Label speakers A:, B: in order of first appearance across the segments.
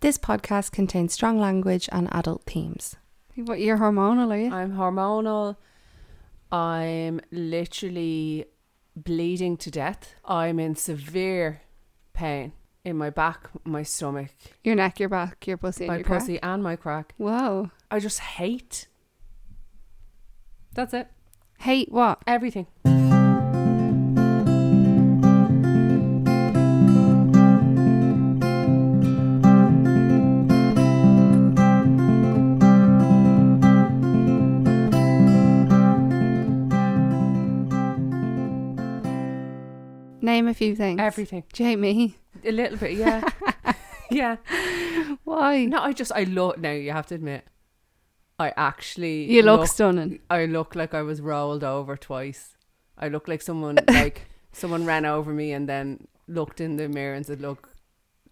A: This podcast contains strong language and adult themes. Uh, What you're hormonal, are you?
B: I'm hormonal. I'm literally bleeding to death. I'm in severe pain in my back, my stomach,
A: Your neck, your back, your pussy, and
B: my
A: your crack.
B: pussy, and my crack.
A: Whoa.
B: I just hate. That's it.
A: Hate what?
B: Everything.
A: Name a few things.
B: Everything.
A: Do you hate me?
B: A little bit, yeah. yeah.
A: Why?
B: No, I just I look now. You have to admit, I actually
A: you look, stunning.
B: I look like I was rolled over twice. I look like someone like someone ran over me and then looked in the mirror and said, "Look,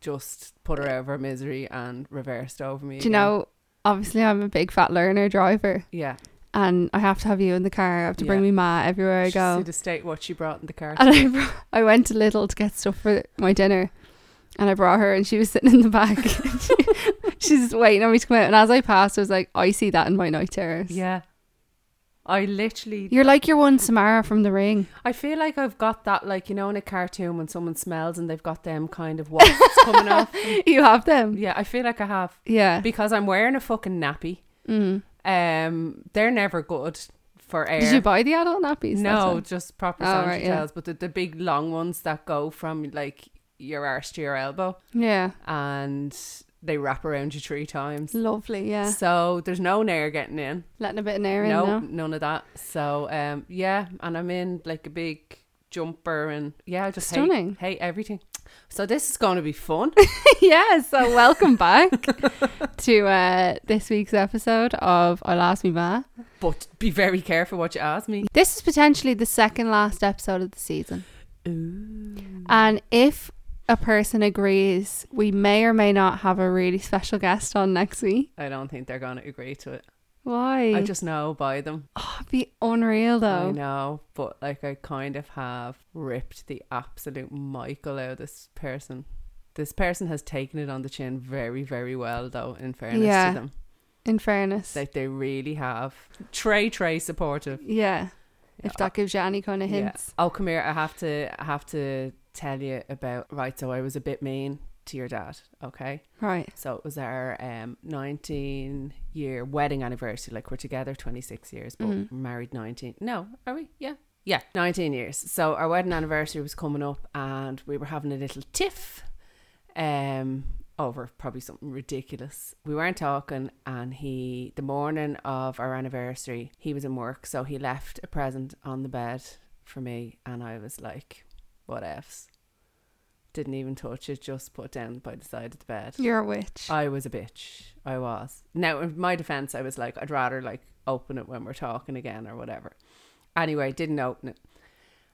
B: just put her out of her misery," and reversed over me.
A: Do you
B: again.
A: know, obviously, I'm a big fat learner driver
B: Yeah.
A: and I have to have you in the car. I have to bring
B: Yeah.
A: me ma everywhere I
B: Just See
A: go.
B: the state what she brought in the car.
A: And I, brought, I went to Little to get stuff for my dinner and I brought her and she was sitting in the back. She's waiting on me to come out. And as I passed, I was like, I see that in my night terrors.
B: yeah. I literally,
A: You're like your one Samara from the ring.
B: I feel like I've got that, like you know, in a cartoon when someone smells and they've got them kind of wafts coming off.
A: You have them.
B: Yeah, I feel like I have
A: Yeah.
B: because I'm wearing a fucking nappy.
A: Mm.
B: Um, they're never good for air.
A: Did you buy the adult nappies? That's
B: no,
A: what-
B: just proper
A: Oh,
B: oh,
A: right, yeah.
B: but the, the big long ones that go from like your arse to your elbow
A: Yeah.
B: and they wrap around you three times.
A: Lovely. Yeah.
B: So there's no air getting in.
A: Letting a bit of air in.
B: No,
A: now.
B: none of that. So um, yeah, and I'm in like a big jumper and yeah, I just
A: Stunning.
B: hate, hate everything. So this is going to be fun.
A: yeah. So welcome back to uh, this week's episode of I'll Ask Me Ma.
B: but be very careful what you ask me.
A: This is potentially the second last episode of the season.
B: Ooh.
A: And if a person agrees, we may or may not have a really special guest on next week.
B: I don't think they're going to agree to it.
A: Why?
B: I just know by them.
A: oh, it'd be unreal
B: I
A: though.
B: know, but like I kind of have ripped the absolute Michael out of this person. This person has taken it on the chin very, very well, though. In fairness
A: Yeah.
B: to them,
A: In fairness.
B: like they really have. Trey, Trey, supportive.
A: yeah. If that gives you any kind of
B: Yeah.
A: hints.
B: Oh, come here. I have to. I have to tell you about. Right. So I was a bit mean to your dad. Okay.
A: Right.
B: So it was our um, 19 year wedding anniversary. Like we're together 26 years, but
A: Mhm.
B: married 19. No, are we? Yeah. Yeah, 19 years. So our wedding anniversary was coming up and we were having a little tiff um, over probably something ridiculous. We weren't talking and he, the morning of our anniversary, he was in work. So he left a present on the bed for me and I was like, what ifs? Didn't even touch it, just put it down by the side of the bed.
A: You're a witch.
B: I was a bitch. I was. Now, in my defense, I was like, I'd rather like open it when we're talking again or whatever. Anyway, didn't open it.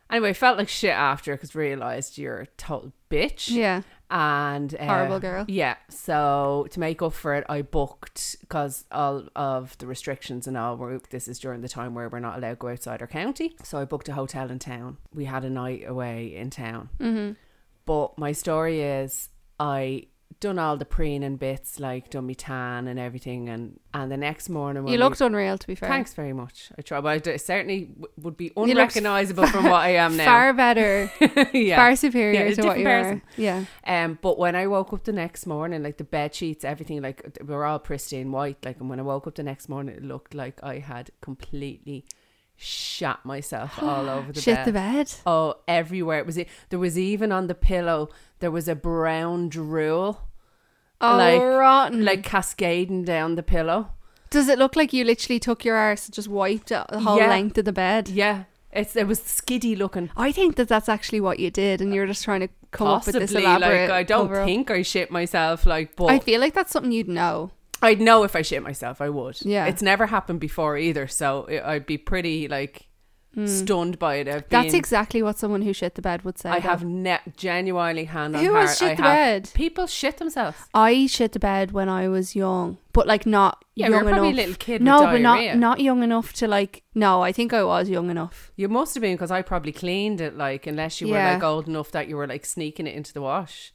B: Anyway, felt like shit after because realized you're a total bitch
A: yeah.
B: and uh,
A: Horrible girl.
B: Yeah. So to make up for it, I booked because all of the restrictions and all. Were, this is during the time where we're not allowed to go outside our county. So I booked a hotel in town. We had a night away in town.
A: Mm-hmm.
B: But my story is I done all the preen and bits, like done me tan and everything, and and the next morning when
A: You
B: we-
A: looked unreal, to be fair.
B: Thanks very much. I try, but I d- certainly w- would be
A: looked
B: unrecognizable from what I am now.
A: Far better,
B: yeah.
A: far superior
B: Yeah, a
A: to what
B: different
A: you
B: person.
A: are. Yeah.
B: Um, but when I woke up the next morning, like the bed sheets, everything, like they were all pristine white. Like, and when I woke up the next morning, it looked like I had completely shat myself all over the
A: Shit
B: bed.
A: the bed.
B: Oh, everywhere it was. e- There was even on the pillow. There was a brown drool,
A: Oh,
B: Like-
A: rotten.
B: like cascading down the pillow.
A: does it look like you literally took your arse and just wiped out the whole
B: Yeah.
A: length of the bed?
B: Yeah, it's it was skiddy looking.
A: I think that that's actually what you did, and you're just trying to come up with this
B: Possibly,
A: elaborate.
B: like I don't
A: cover-up.
B: think I shit myself. Like, but
A: I feel like that's something you'd know.
B: I'd know if I shit myself, I would.
A: Yeah.
B: It's never happened before either, so it, I'd be pretty like stunned by it. I've
A: Hmm. That's
B: been-
A: exactly what someone who shit the bed would say.
B: I have
A: though.
B: ne- genuinely hand on
A: Who
B: heart.
A: has shit
B: I
A: the
B: have-
A: bed?
B: People shit themselves.
A: I shit the bed when I was young, but like not
B: Yeah,
A: young
B: you're probably a
A: enough.
B: little kid.
A: no,
B: with
A: but
B: diarrhea.
A: not not young enough to like. No, I think I was young enough.
B: You must have been because I probably cleaned it. Like, unless you
A: Yeah.
B: were like old enough that you were like sneaking it into the wash.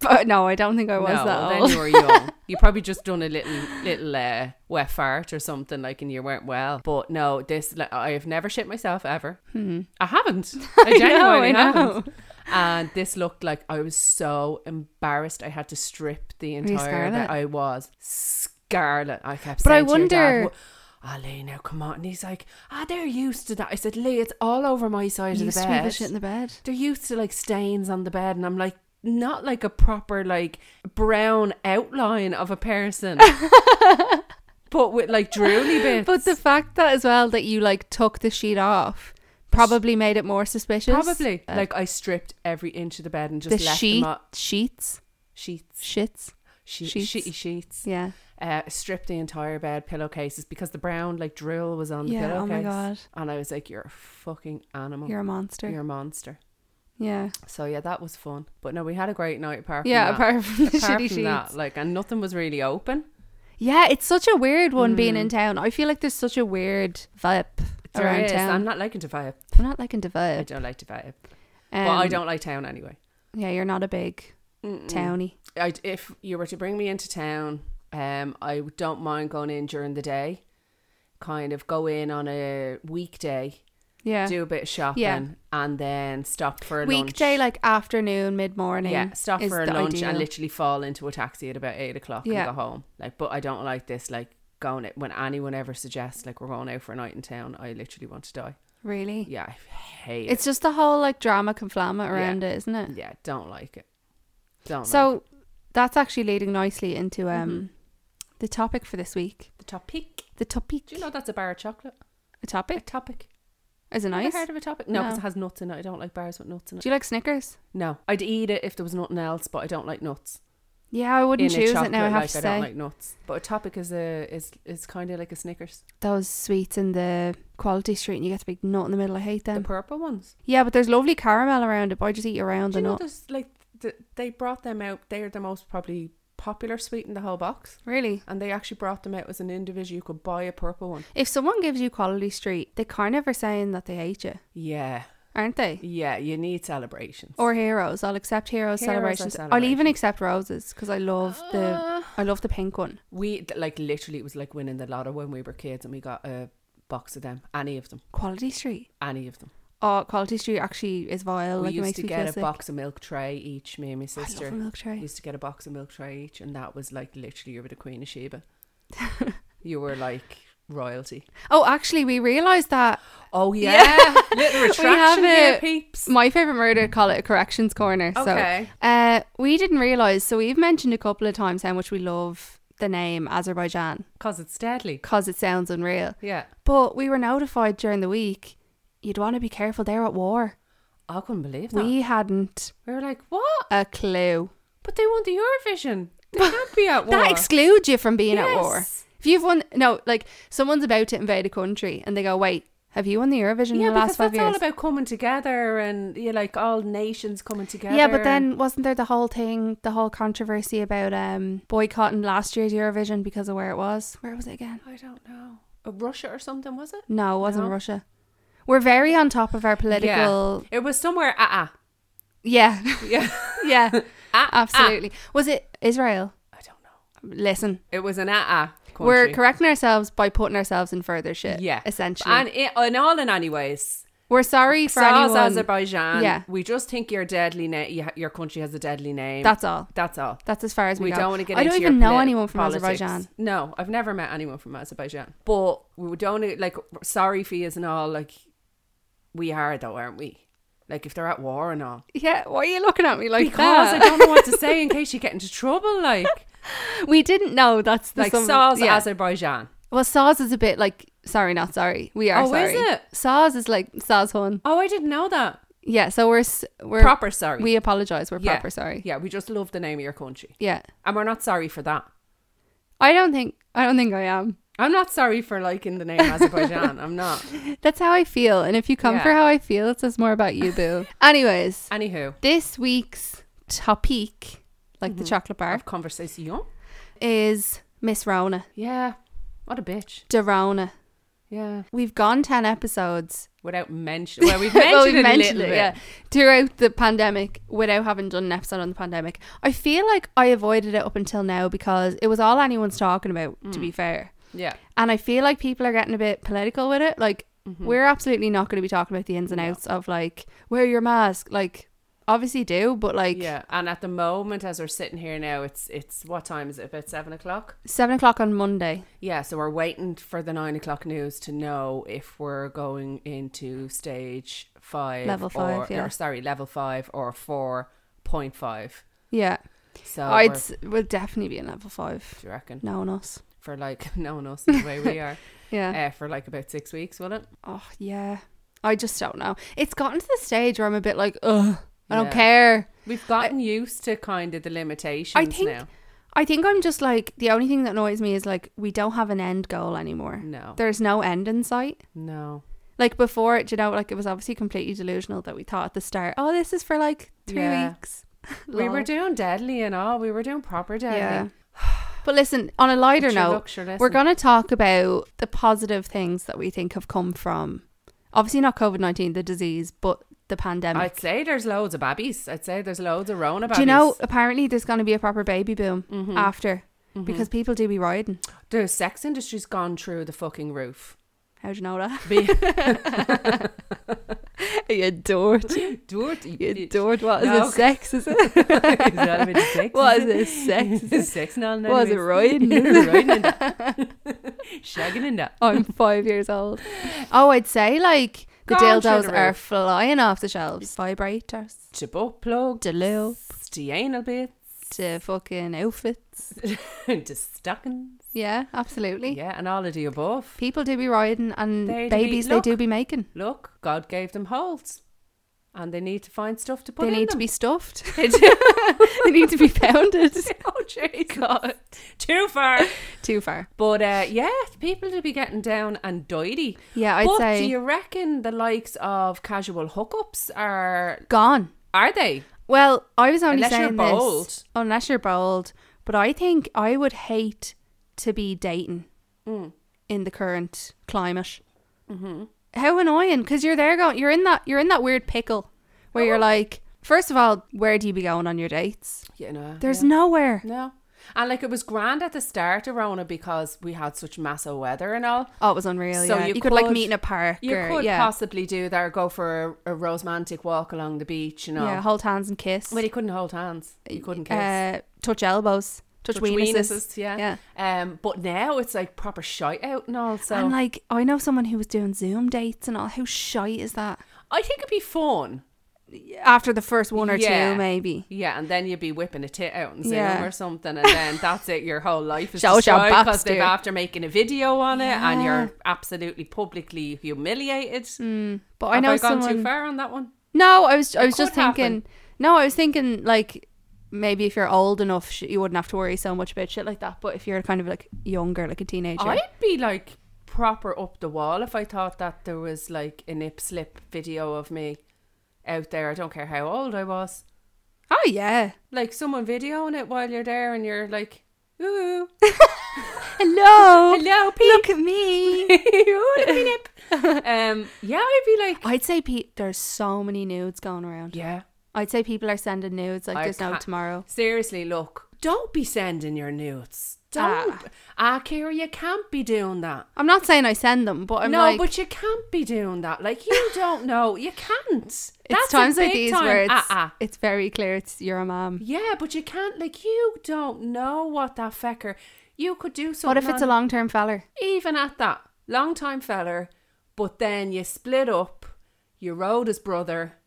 A: But no, I don't think I was
B: no,
A: that
B: well,
A: old.
B: then you were young. You probably just done a little little uh, wet fart or something like, and you weren't well. But no, this like, I have never shit myself ever.
A: Hmm.
B: I haven't. I genuinely
A: know, I
B: haven't.
A: know.
B: And this looked like I was so embarrassed. I had to strip the
A: you
B: entire
A: scarlet?
B: that I was scarlet. I kept.
A: But I
B: saying to your dad,
A: wonder-
B: "Wha- Ah, Lee, now come on. And he's like, ah, they're used to that. I said, Lee, it's all over my side
A: You
B: of the
A: used to
B: bed
A: be the shit in the bed.
B: they're used to like stains on the bed and I'm like not like a proper like brown outline of a person but with like drooly bits
A: But the fact that as well that you like took the sheet off probably made it more suspicious.
B: probably
A: Uh,
B: like I stripped every inch of the bed and just
A: the
B: left
A: sheet
B: them all-
A: sheets
B: sheets
A: shits.
B: she-
A: Sheets.
B: sheety sheets
A: Yeah.
B: uh stripped the entire bed pillowcases because the brown like drill was on the
A: yeah.
B: pillowcase
A: Oh my god,
B: and I was like you're a fucking animal
A: you're a monster.
B: You're a monster
A: yeah.
B: so yeah that was fun but no we had a great night apart from
A: Yeah.
B: that.
A: Apart from the
B: apart
A: shitty
B: from that
A: sheets.
B: like and nothing was really open
A: Yeah, it's such a weird one being
B: Mm.
A: in town. I feel like there's such a weird vibe
B: There
A: around
B: is.
A: town.
B: I'm not liking to vibe.
A: I'm not liking the
B: I
A: vibe.
B: don't like to vibe.
A: Um,
B: but I don't Mm. like town anyway.
A: Yeah, you're not a big townie.
B: I, if you were to bring me into town, um, I don't mind going in during the day. Kind of go in on a weekday,
A: Yeah.
B: do a bit of shopping, and then stop for a
A: Weekday,
B: lunch.
A: like afternoon, mid morning.
B: yeah, stop
A: is
B: for a
A: the
B: lunch
A: ideal.
B: and literally fall into a taxi at about eight o'clock
A: Yeah.
B: and go home. Like, but I don't like this. Like going it when anyone ever suggests like we're going out for a night in town, I literally want to die.
A: Really?
B: Yeah, I hate
A: It's just the whole like drama conflama around it, isn't it?
B: it. Yeah, don't like it. Don't. Mm-hmm. like
A: So that's actually leading nicely into um the topic for this week.
B: it. the topic.
A: The topic.
B: Do you know that's a bar of chocolate?
A: a
B: A
A: topic?
B: topic.
A: Is it
B: Ever
A: nice?
B: heard of a topic? No,
A: No.
B: because it has nuts in it. I don't like bars with nuts in it.
A: Do you like Snickers?
B: No, I'd eat it if there was nothing else, but I don't like nuts.
A: Yeah, I wouldn't
B: in a
A: choose it
B: chocolate,
A: now. I have
B: like,
A: to
B: I don't
A: say
B: like nuts. But a topic is a is is kind of like a Snickers.
A: those sweets in the quality street, and you get the big nut in the middle. I hate them.
B: the purple ones.
A: yeah, but there's lovely caramel around it. But I just eat around
B: Do
A: the
B: you know
A: nut.
B: there's like th- they brought them out. They are the most probably popular sweet in the whole box,
A: Really?
B: and they actually brought them out as an individual. You could buy a purple one.
A: If someone gives you quality street, they kind of are saying that they hate you,
B: Yeah,
A: aren't they?
B: yeah. You need celebrations.
A: Or heroes. I'll accept heroes,
B: Heroes or
A: celebrations. I'll even accept roses because I love the
B: Ah.
A: I love the pink one.
B: We th- like literally, it was like winning the lotto when we were kids, and we got a box of them. Any of them,
A: Quality Street.
B: any of them.
A: Oh, Quality Street actually is vile.
B: we
A: Oh, like it
B: used
A: makes
B: to
A: me
B: get
A: feel
B: a
A: sick.
B: box of milk tray each. Me and my
A: I love a
B: sister
A: milk tray.
B: used to get a box of milk tray each, and that was like literally you were the queen of Sheba. you were like royalty.
A: Oh, actually, we realised that
B: Oh
A: Yeah.
B: yeah, little retraction
A: have
B: here,
A: a-
B: peeps.
A: my favorite murder call it a corrections corner.
B: Okay.
A: So, uh, we didn't realise. So we've mentioned a couple of times how much we love the name Azerbaijan
B: Cause it's deadly.
A: because it sounds unreal.
B: Yeah,
A: But we were notified during the week. You'd want to be careful. They're at war.
B: I couldn't believe that. We,
A: We hadn't
B: were like, what?
A: a clue.
B: But they won the Eurovision. They can't be at war.
A: That excludes you from being at war.
B: Yes.
A: If you've won, no, like someone's about to invade a country and they go, wait, have you won the Eurovision in the last five
B: that's
A: years?
B: all about coming together and you like all nations coming together.
A: yeah, but then wasn't there the whole thing, the whole controversy about um boycotting last year's Eurovision because of where it was? Where was it again?
B: I don't know. Uh, Russia or something was it?
A: No, it wasn't
B: No.
A: Russia. We're very on top of our political.
B: It was somewhere. Ah,
A: Yeah,
B: uh yeah.
A: yeah,
B: Ah,
A: absolutely. Was it Israel?
B: I don't know.
A: Listen,
B: It was an ah uh
A: we're correcting ourselves by putting ourselves in further shit.
B: Yeah.
A: essentially,
B: And it, in all in any ways,
A: we're sorry for
B: Saws
A: anyone.
B: Azerbaijan.
A: Yeah.
B: We just think your deadly na- you ha- your country has a deadly name.
A: That's all.
B: That's all.
A: That's as far as we,
B: We
A: go.
B: don't want to get.
A: I don't
B: into
A: even
B: your
A: know
B: polit-
A: anyone from
B: politics.
A: Azerbaijan.
B: No, I've never met anyone from Azerbaijan. But we don't wanna- like sorry for you and all. Like we are though, aren't we? Like if they're at war and all.
A: Yeah, why are you looking at me like
B: because I
A: that?
B: don't know what to say in case you get into trouble. Like,
A: we didn't know that's the
B: like
A: some-
B: Saws
A: yeah.
B: Azerbaijan.
A: well, Saws is a bit like sorry, not sorry. We are
B: Oh,
A: sorry.
B: is it?
A: Saws is like Saws hun.
B: Oh, I didn't know that.
A: Yeah, so we're s- we're
B: Proper sorry.
A: we apologize. We're
B: Yeah.
A: proper sorry.
B: yeah, we just love the name of your country,
A: Yeah,
B: and we're not sorry for that.
A: I don't think I don't think I am.
B: I'm not sorry for liking the name Azerbaijan. I'm not.
A: That's how I feel, and if you come
B: Yeah.
A: for how I feel, it says more about you, boo. Anyways,
B: Anywho,
A: this week's topic, like the chocolate bar,
B: Mm-hmm. of conversation.
A: is Miss Rona,
B: Yeah, what a bitch.
A: Derona.
B: Yeah.
A: We've gone 10 episodes.
B: Without mention, well, we've mentioned
A: Well,
B: it a little bit.
A: yeah, throughout the pandemic without having done an episode on the pandemic. I feel like I avoided it up until now because it was all anyone's talking about, to
B: Mm.
A: be fair.
B: Yeah.
A: And I feel like people are getting a bit political with it. Like, we're absolutely not going to be talking about the ins and
B: Mm-hmm. No.
A: outs of like, wear your mask. Like, obviously do, but like,
B: yeah. And at the moment, as we're sitting here now, it's it's what time is it? About seven o'clock.
A: seven o'clock on Monday.
B: Yeah. So we're waiting for the nine o'clock news to know if we're going into stage five,
A: Level five,
B: or,
A: yeah.
B: or sorry, level five or four point five.
A: Yeah.
B: So
A: I'd
B: Oh, we're-
A: s- we'll definitely be in level five.
B: do you reckon
A: No one else.
B: for like knowing us the way we are
A: Yeah.
B: uh, for like about six weeks, will it?
A: oh yeah. I just don't know. It's gotten to the stage where I'm a bit like, ugh, I
B: Yeah.
A: don't care.
B: We've gotten used to kind of the limitations
A: think-
B: now.
A: I think I'm just like the only thing that annoys me is like we don't have an end goal anymore.
B: No,
A: There's no end in sight.
B: no.
A: Like before, it, you know, like it was obviously completely delusional that we thought at the start, oh, this is for like three
B: Yeah.
A: weeks.
B: We
A: Lol.
B: were doing deadly and all. We were doing proper deadly.
A: yeah. But listen, on a lighter
B: But sure,
A: note,
B: look, sure,
A: We're
B: listen.
A: going to talk about the positive things that we think have come from, obviously not COVID 19, the disease, but the pandemic.
B: I'd say there's loads of babbies. I'd say there's loads of Rona babbies.
A: do you know, Mm-hmm. apparently there's going to be a proper baby boom
B: Mhm.
A: after
B: Mhm.
A: because people do be riding.
B: the sex industry's gone through the fucking roof?
A: How do you know that?
B: Be-
A: you adored.
B: Dirty.
A: You
B: bitch.
A: adored. What is
B: No.
A: it? Sex, is it?
B: Is that a bit of sex?
A: What is it? Sex? Is it?
B: sex now.
A: What is it? Riding?
B: Riding in that. Shagging in that.
A: I'm five years old. Oh, I'd say like the
B: Gone through
A: dildos
B: the
A: are
B: roof.
A: flying off the shelves. Vibrators
B: To butt plug.
A: to lube
B: To anal bit.
A: to fucking outfits.
B: to stockings.
A: Yeah, absolutely.
B: Yeah, and all of the above.
A: People do be riding and
B: They do be-
A: babies
B: look,
A: they do be making.
B: Look, God gave them holes. And they need to find stuff to put
A: they
B: in
A: need
B: them.
A: to be stuffed. they need to be pounded.
B: oh Jesus. God. Too far.
A: Too far.
B: But uh, yeah, people to be getting down and doity.
A: Yeah, I'd
B: but
A: say
B: do you reckon the likes of casual hookups are
A: gone.
B: are they?
A: Well, I was only
B: Unless you're
A: saying this
B: bold.
A: unless you're bold, but I think I would hate to be dating
B: Mm.
A: in the current climate. Mm-hmm. How annoying! Because you're there going, you're in that, you're in that weird pickle
B: Oh.
A: where you're like, first of all, where do you be going on your dates?
B: You know.
A: There's
B: yeah.
A: nowhere.
B: No. And like it was grand at the start of Rona because we had such massive weather and all.
A: Oh, it was unreal.
B: So
A: yeah.
B: you
A: you, could, like
B: could-
A: meet in a park.
B: You
A: or,
B: could
A: yeah.
B: possibly do that or go for a, a romantic walk along the beach, you know.
A: Yeah, hold hands and kiss.
B: Well, you couldn't hold hands. You couldn't kiss.
A: Uh, touch elbows. Touch,
B: Touch
A: weenuses.
B: weenuses, yeah.
A: Yeah.
B: Um, but now it's like proper shite out and all. So
A: And like, I know someone who was doing Zoom dates and all. How shy is that?
B: I think it'd be fun.
A: After the first one or
B: Yeah.
A: two, maybe.
B: Yeah, and then you'd be whipping a tit out and Zoom
A: Yeah.
B: or something, and then that's it. Your whole life is
A: Show us your
B: destroyed
A: box,
B: because they've
A: dear.
B: after making a video on it, and
A: Yeah.
B: you're absolutely publicly humiliated.
A: But Hmm. I
B: Have
A: know
B: I gone
A: someone.
B: too far on that one.
A: No, I was. I
B: It
A: was just
B: could happen.
A: thinking. No, I was thinking like maybe if you're old enough, sh- you wouldn't have to worry so much about shit like that. But if you're kind of like younger, like a teenager,
B: I'd be like proper up the wall if I thought that there was like a nip slip video of me out there. I don't care how old I was.
A: oh yeah,
B: Like someone videoing it while you're there, and you're like, ooh.
A: hello,
B: Hello,
A: look at me.
B: um, yeah, I'd be like,
A: I'd say Pete, there's so many nudes going around.
B: yeah.
A: I'd say people are sending nudes like
B: I
A: there's no
B: can't-
A: tomorrow.
B: Seriously, look, don't be sending your nudes. Don't. Ah, Kira, you can't be doing that.
A: I'm not saying I send them, but I'm
B: no,
A: like,
B: but you can't be doing that. Like you don't know. You can't. That's
A: it's
B: a
A: times like
B: big
A: these
B: time.
A: where it's,
B: ah, ah.
A: it's very clear it's you're a mom.
B: Yeah, but you can't. Like you don't know what that fecker. You could do something.
A: What if it's a
B: on-
A: long term feller?
B: even at that long time feller, but then you split up. You rode his brother.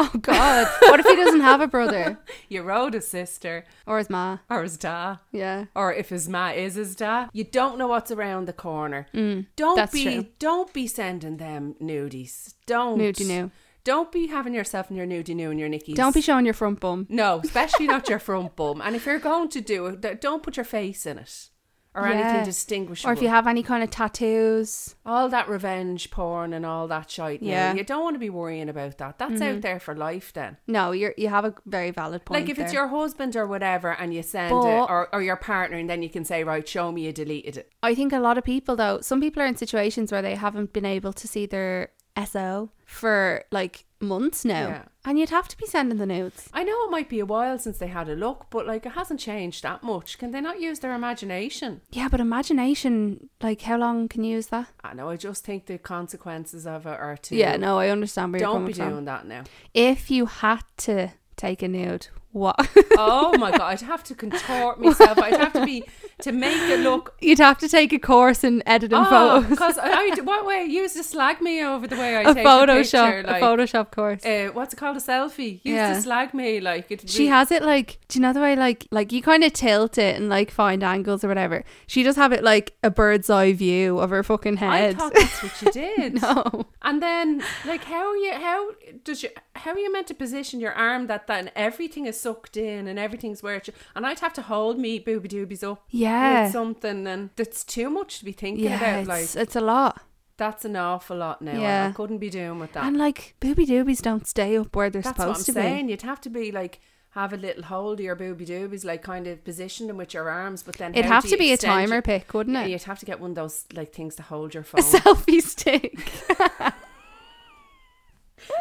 A: Oh God! what if he doesn't have a brother
B: You rode his sister
A: or his ma?
B: or his da.
A: Yeah,
B: or if his ma is his da, you don't know what's around the corner. don't
A: Mm, that's
B: be
A: true.
B: don't be sending them nudies. Don't
A: nudie new.
B: Don't be having yourself in your nudie new and your nickies.
A: Don't be showing your front bum.
B: no, especially not your front bum. And if you're going to do it, th- don't put your face in it or
A: Yeah.
B: anything distinguishable.
A: Or if you have any kind of tattoos.
B: all that revenge porn and all that shite. now,
A: Yeah. Mm-hmm.
B: you don't want to be worrying about that. That's out there for life. Then,
A: No, you're you have a very valid point.
B: like if it's
A: there.
B: your husband or whatever, and you send
A: But-
B: it, or, or your partner, and then you can say, right, show me you deleted it.
A: I think a lot of people though, some people are in situations where they haven't been able to see their SO for like months now.
B: Yeah.
A: And you'd have to be sending the nudes.
B: I know it might be a while since they had a look, but like it hasn't changed that much. Can they not use their imagination?
A: Yeah, but imagination, like how long can you use that?
B: I know. I just think the consequences of it are too.
A: Yeah, no, I understand where
B: Don't
A: you're
B: be
A: coming from.
B: doing that now.
A: If you had to take a nude, what?
B: Oh my god, I'd have to contort myself. I'd have to be to make it look.
A: You'd have to take a course in editing
B: Oh,
A: photos.
B: because I, I what way you used to slag me over the way I
A: A
B: take a
A: Photoshop,
B: picture, like
A: a Photoshop course.
B: uh, what's it called a selfie. You
A: Yeah.
B: used to slag me like it.
A: She has it like, do you know the way like like you kind of tilt it and like find angles or whatever. She does have it like a bird's eye view of her fucking
B: I
A: head.
B: thought that's what you did.
A: no,
B: And then, like, how are you? How does you? How are you meant to position your arm that then everything is sucked in and everything's where it? Should, and I'd have to hold me booby doobies up
A: yeah,
B: with something, and that's too much to be thinking
A: yeah,
B: about.
A: it's,
B: Like,
A: it's a lot.
B: that's an awful lot now. Yeah.
A: Yeah.
B: I couldn't be doing with that.
A: And like booby doobies don't stay up where they're
B: that's what I'm
A: supposed to
B: saying. You'd have to be like have a little hold of your booby doobies, like kind of position them with your arms, but then
A: be. It'd
B: how
A: have
B: do
A: to
B: you
A: be a
B: extend
A: timer
B: your-
A: pick, wouldn't
B: Yeah,
A: it?
B: you'd have to get one of those like things to hold your
A: A
B: phone.
A: selfie stick.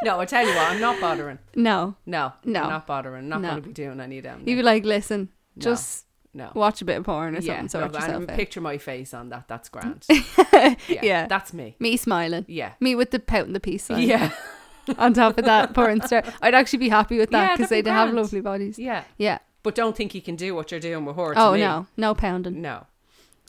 B: no, I tell you what, I'm not bothering.
A: No,
B: No,
A: No.
B: I'm not bothering. Not
A: No.
B: going to be doing any of them.
A: you'd be like, listen, just
B: no.
A: watch a bit of porn or something. Sort
B: no,
A: yourself
B: and
A: out.
B: picture my face on that. That's grand. Yeah,
A: Yeah.
B: that's me.
A: Me smiling.
B: Yeah,
A: Me with the pout and the peace sign
B: yeah,
A: on top of that porn star. I'd actually be happy with
B: Yeah,
A: that because
B: that'd
A: they'd
B: be
A: have
B: grand.
A: lovely bodies.
B: yeah.
A: Yeah.
B: But don't think you can do what you're doing with her. to
A: Oh
B: me.
A: no, no pounding.
B: no.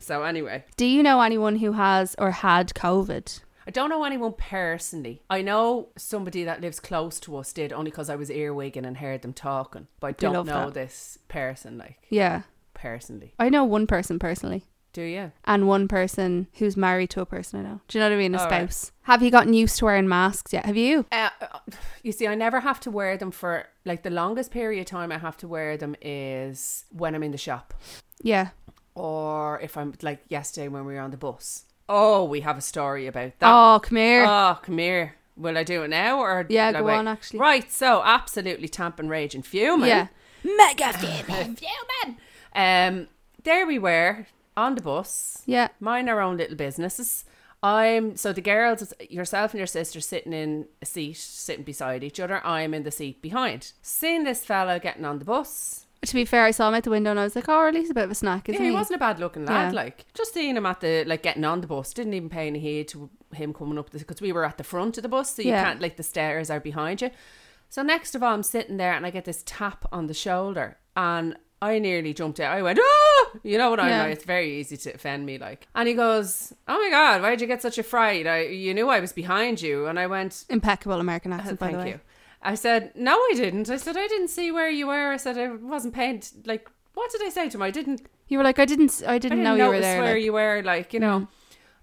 B: So anyway,
A: Do you know anyone who has or had COVID?
B: I don't know anyone personally. I know somebody that lives close to us did only because I was earwigging and heard them talking. But I
A: love
B: don't know
A: that.
B: this person like
A: Yeah.
B: personally.
A: I know one person personally
B: Do you?
A: and one person who's married to a person I know. Do you know what I mean? A
B: All right.
A: spouse. Have you gotten used to wearing masks yet? Have you?
B: Uh, uh, you see, I never have to wear them for like the longest period of time I have to wear them is when I'm in the shop.
A: Yeah.
B: or if I'm like yesterday when we were on the bus. Oh, we have a story about that.
A: Oh, come here.
B: Oh, come here. Will I do it now or
A: Yeah,
B: will I
A: go
B: wait?
A: on, actually.
B: Right, so absolutely tamping, rage, and fuming.
A: yeah.
B: mega fuming, fuming. Um, there we were on the bus.
A: Yeah.
B: Mind our own little businesses. I'm so the girls, yourself and your sister, sitting in a seat, sitting beside each other. I'm in the seat behind. Seeing this fellow getting on the bus,
A: To be fair, I saw him at the window and I was like, oh, at least a bit of a snack, isn't
B: yeah,
A: he?
B: he wasn't a bad looking lad.
A: Yeah.
B: Like just seeing him at the like getting on the bus, didn't even pay any heed to him coming up because we were at the front of the bus, so you
A: Yeah.
B: can't like the stairs are behind you. So next of all, I'm sitting there and I get this tap on the shoulder, and I nearly jumped out. I went, oh, you know what I
A: Yeah.
B: know. It's very easy to offend me, like. And he goes, oh my god, why would you get such a fright? I, you knew I was behind you, and I went, "Oh,
A: Impeccable American accent, by
B: Thank
A: the way.
B: you. I said, no, I didn't. I said, I didn't see where you were. I said, I wasn't paying. t- Like, what did I say to him? I didn't
A: You were like, I didn't, I didn't,
B: I
A: know
B: didn't
A: you were
B: notice
A: there.
B: where
A: like-
B: you were, like Mm. you know.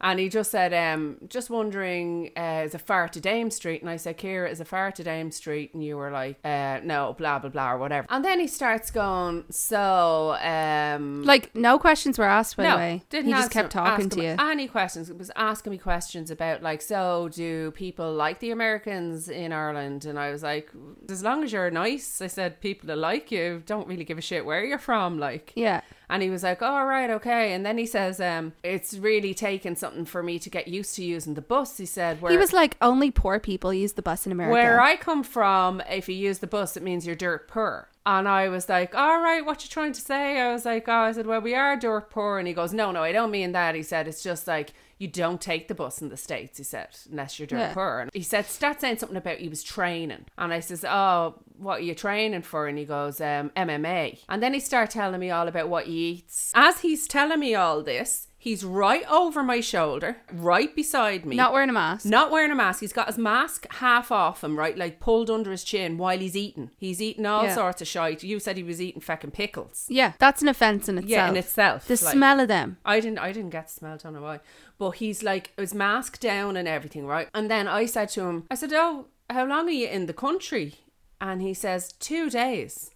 B: And he just said, um, just wondering, uh, is it far to Dame Street? And I said, Kira, is it far to Dame Street? And you were like, uh, no, blah blah blah or whatever. And then he starts going, so um,
A: Like, no questions were asked, by
B: no,
A: the way.
B: didn't
A: he just
B: ask
A: kept
B: him-
A: talking
B: ask
A: to you.
B: him Any questions? He was asking me questions about like, so do people like the Americans in Ireland? And I was like, as long as you're nice, I said, people that like you don't really give a shit where you're from, like.
A: yeah.
B: And he was like, "All right, okay." And then he says, um, "It's really taken something for me to get used to using the bus." He said, "Where
A: He was like, only poor people use the bus in America.
B: where I come from, if you use the bus, it means you're dirt poor." And I was like, "All right, what you trying to say?" I was like, "Oh, I said, well, we are dirt poor." And he goes, "No, no, I don't mean that." He said, "It's just like." You don't take the bus in the States, he said, unless you're dirt
A: Yeah.
B: poor. And he said, start saying something about he was training. And I says, oh, what are you training for? And he goes, um, MMA. And then he started telling me all about what he eats. As he's telling me all this, he's right over my shoulder, right beside me.
A: Not wearing a mask.
B: Not wearing a mask. He's got his mask half off him, right? Like pulled under his chin while he's eating. He's eating all
A: Yeah.
B: sorts of shite. You said he was eating feckin' pickles.
A: Yeah, that's an offence in itself.
B: Yeah, in itself.
A: the
B: like-
A: smell of them.
B: I didn't I didn't get smelled, don't know why. But he's like his mask down and everything, right? And then I said to him, I said, Oh, how long are you in the country? And he says, Two days.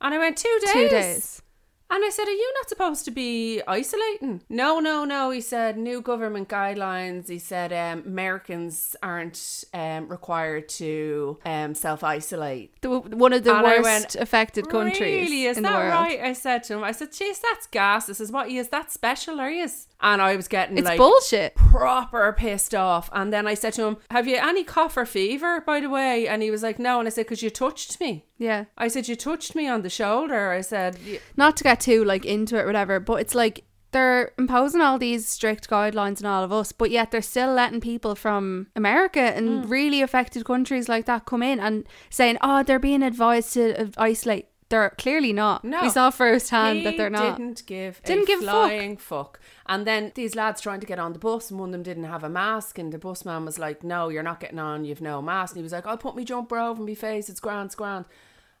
B: And I went, Two days.
A: Two days.
B: And I said, Are you not supposed to be isolating? No, no, no. He said, New government guidelines. He said, um, Americans aren't um, required to um, self isolate.
A: The, one of the
B: And I
A: worst
B: went,
A: affected countries
B: Really, is
A: in
B: that
A: the world.
B: right? I said to him, I said, Jeez, that's gas. This is what he is. That special, are you? And I was getting
A: It's
B: like
A: bullshit.
B: proper pissed off. And then I said to him, Have you any cough or fever, by the way? And he was like, No. And I said, Because you touched me.
A: Yeah.
B: I said, You touched me on the shoulder. I said, "Y-
A: Not to get too like into it, or whatever. But it's like they're imposing all these strict guidelines on all of us, but yet they're still letting people from America and
B: Mm.
A: really affected countries like that come in and saying, "Oh, they're being advised to uh, isolate." They're clearly not.
B: No.
A: We saw firsthand that
B: He
A: they're not.
B: Didn't give
A: Didn't
B: a
A: give a fuck.
B: flying fuck. And then these lads trying to get on the bus, and one of them didn't have a mask, and the busman was like, "No, you're not getting on. You've no mask." And he was like, "I'll put me jumper over my face. It's grand, it's grand."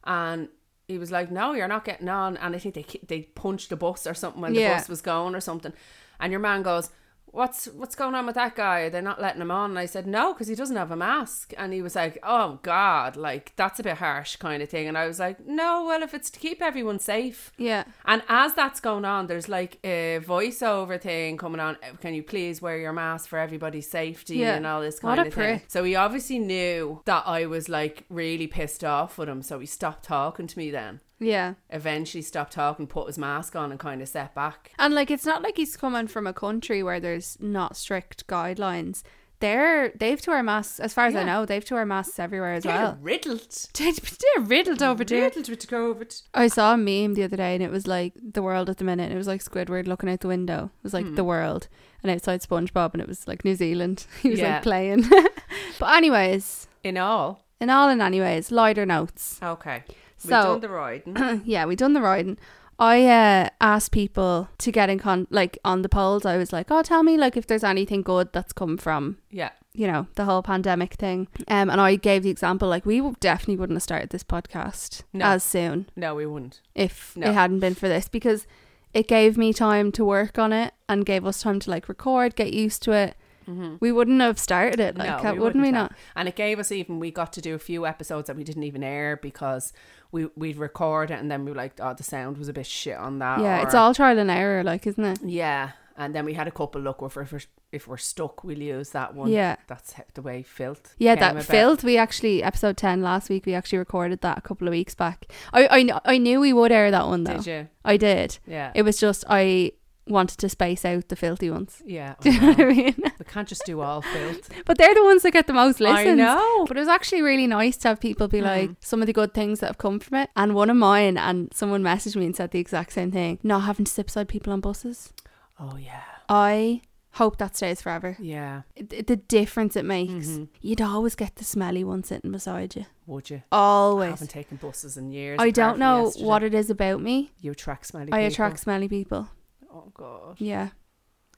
B: And he was like, "No, you're not getting on." And I think they ki- they punched the bus or something when
A: Yeah.
B: the bus was going or something. And your man goes. What's what's going on with that guy? Are they not letting him on? And I said no, because he doesn't have a mask. And he was like, "Oh God, like that's a bit harsh, kind of thing." And I was like, "No, well, if it's to keep everyone safe,
A: Yeah.
B: and as that's going on, there's like a voiceover thing coming on. uh, Can you please wear your mask for everybody's safety
A: Yeah.
B: and all this
A: What
B: kind
A: a
B: of thing?
A: prick.
B: So he obviously knew that I was like really pissed off with him. So he stopped talking to me then.
A: Yeah.
B: Eventually stopped talking, put his mask on and kind of set back.
A: And like it's not like he's coming from a country where there's not strict guidelines. They're they've to wear masks as far as I
B: Yeah.
A: know, they've to wear masks everywhere as
B: They're
A: well.
B: riddled.
A: They're, they're riddled over there.
B: Riddled with COVID.
A: I saw a meme the other day and it was like the world at the minute and it was like Squidward looking out the window. It was
B: Hmm.
A: like the world and outside SpongeBob and it was like New Zealand. He was
B: Yeah.
A: like playing. but anyways,
B: In all.
A: in all and anyways, lighter notes.
B: Okay. We've
A: So-
B: done the riding.
A: yeah, we done the riding. I uh, asked people to get in con like on the polls. I was like, "Oh, tell me like if there's anything good that's come from
B: yeah.
A: you know the whole pandemic thing." Um, and I gave the example like we w- definitely wouldn't have started this podcast
B: No.
A: as soon
B: No, we wouldn't.
A: if
B: No.
A: it hadn't been for this because it gave me time to work on it and gave us time to like record, get used to it.
B: Mm-hmm.
A: We wouldn't have started it like
B: no,
A: that, wouldn't we
B: have.
A: not?
B: And it gave us even we got to do a few episodes that we didn't even air because we we'd record it and then we were like, oh, the sound was a bit shit on that.
A: Yeah, it's
B: or-
A: all trial and error, like isn't it?
B: yeah. And then we had a couple look if we're if we're stuck, we'll use that one.
A: Yeah.
B: that's h- the way filth.
A: Yeah,
B: came
A: that
B: about.
A: filth. We actually episode ten last week. We actually recorded that a couple of weeks back. I I, kn- I knew we would air that one though.
B: Did you?
A: I did.
B: Yeah.
A: It was just I wanted to space out the filthy ones.
B: yeah.
A: Do you know what I
B: I know.
A: mean?
B: we can't just do all filth.
A: But they're the ones that get the most listens.
B: I know. Hmm.
A: But it was actually really nice to have people be like some of the good things that have come from it. And one of mine, and someone messaged me and said the exact same thing: not having to sit beside people on buses.
B: Oh yeah.
A: I hope that stays forever.
B: Yeah.
A: It- the difference it makes.
B: Mhm.
A: You'd always get the smelly one sitting beside you.
B: Would you? I
A: Always.
B: haven't taken buses in years.
A: I
B: apart
A: don't
B: from
A: know
B: yesterday.
A: what it is about me.
B: you attract smelly.
A: I
B: people.
A: attract smelly people.
B: Oh god.
A: Yeah.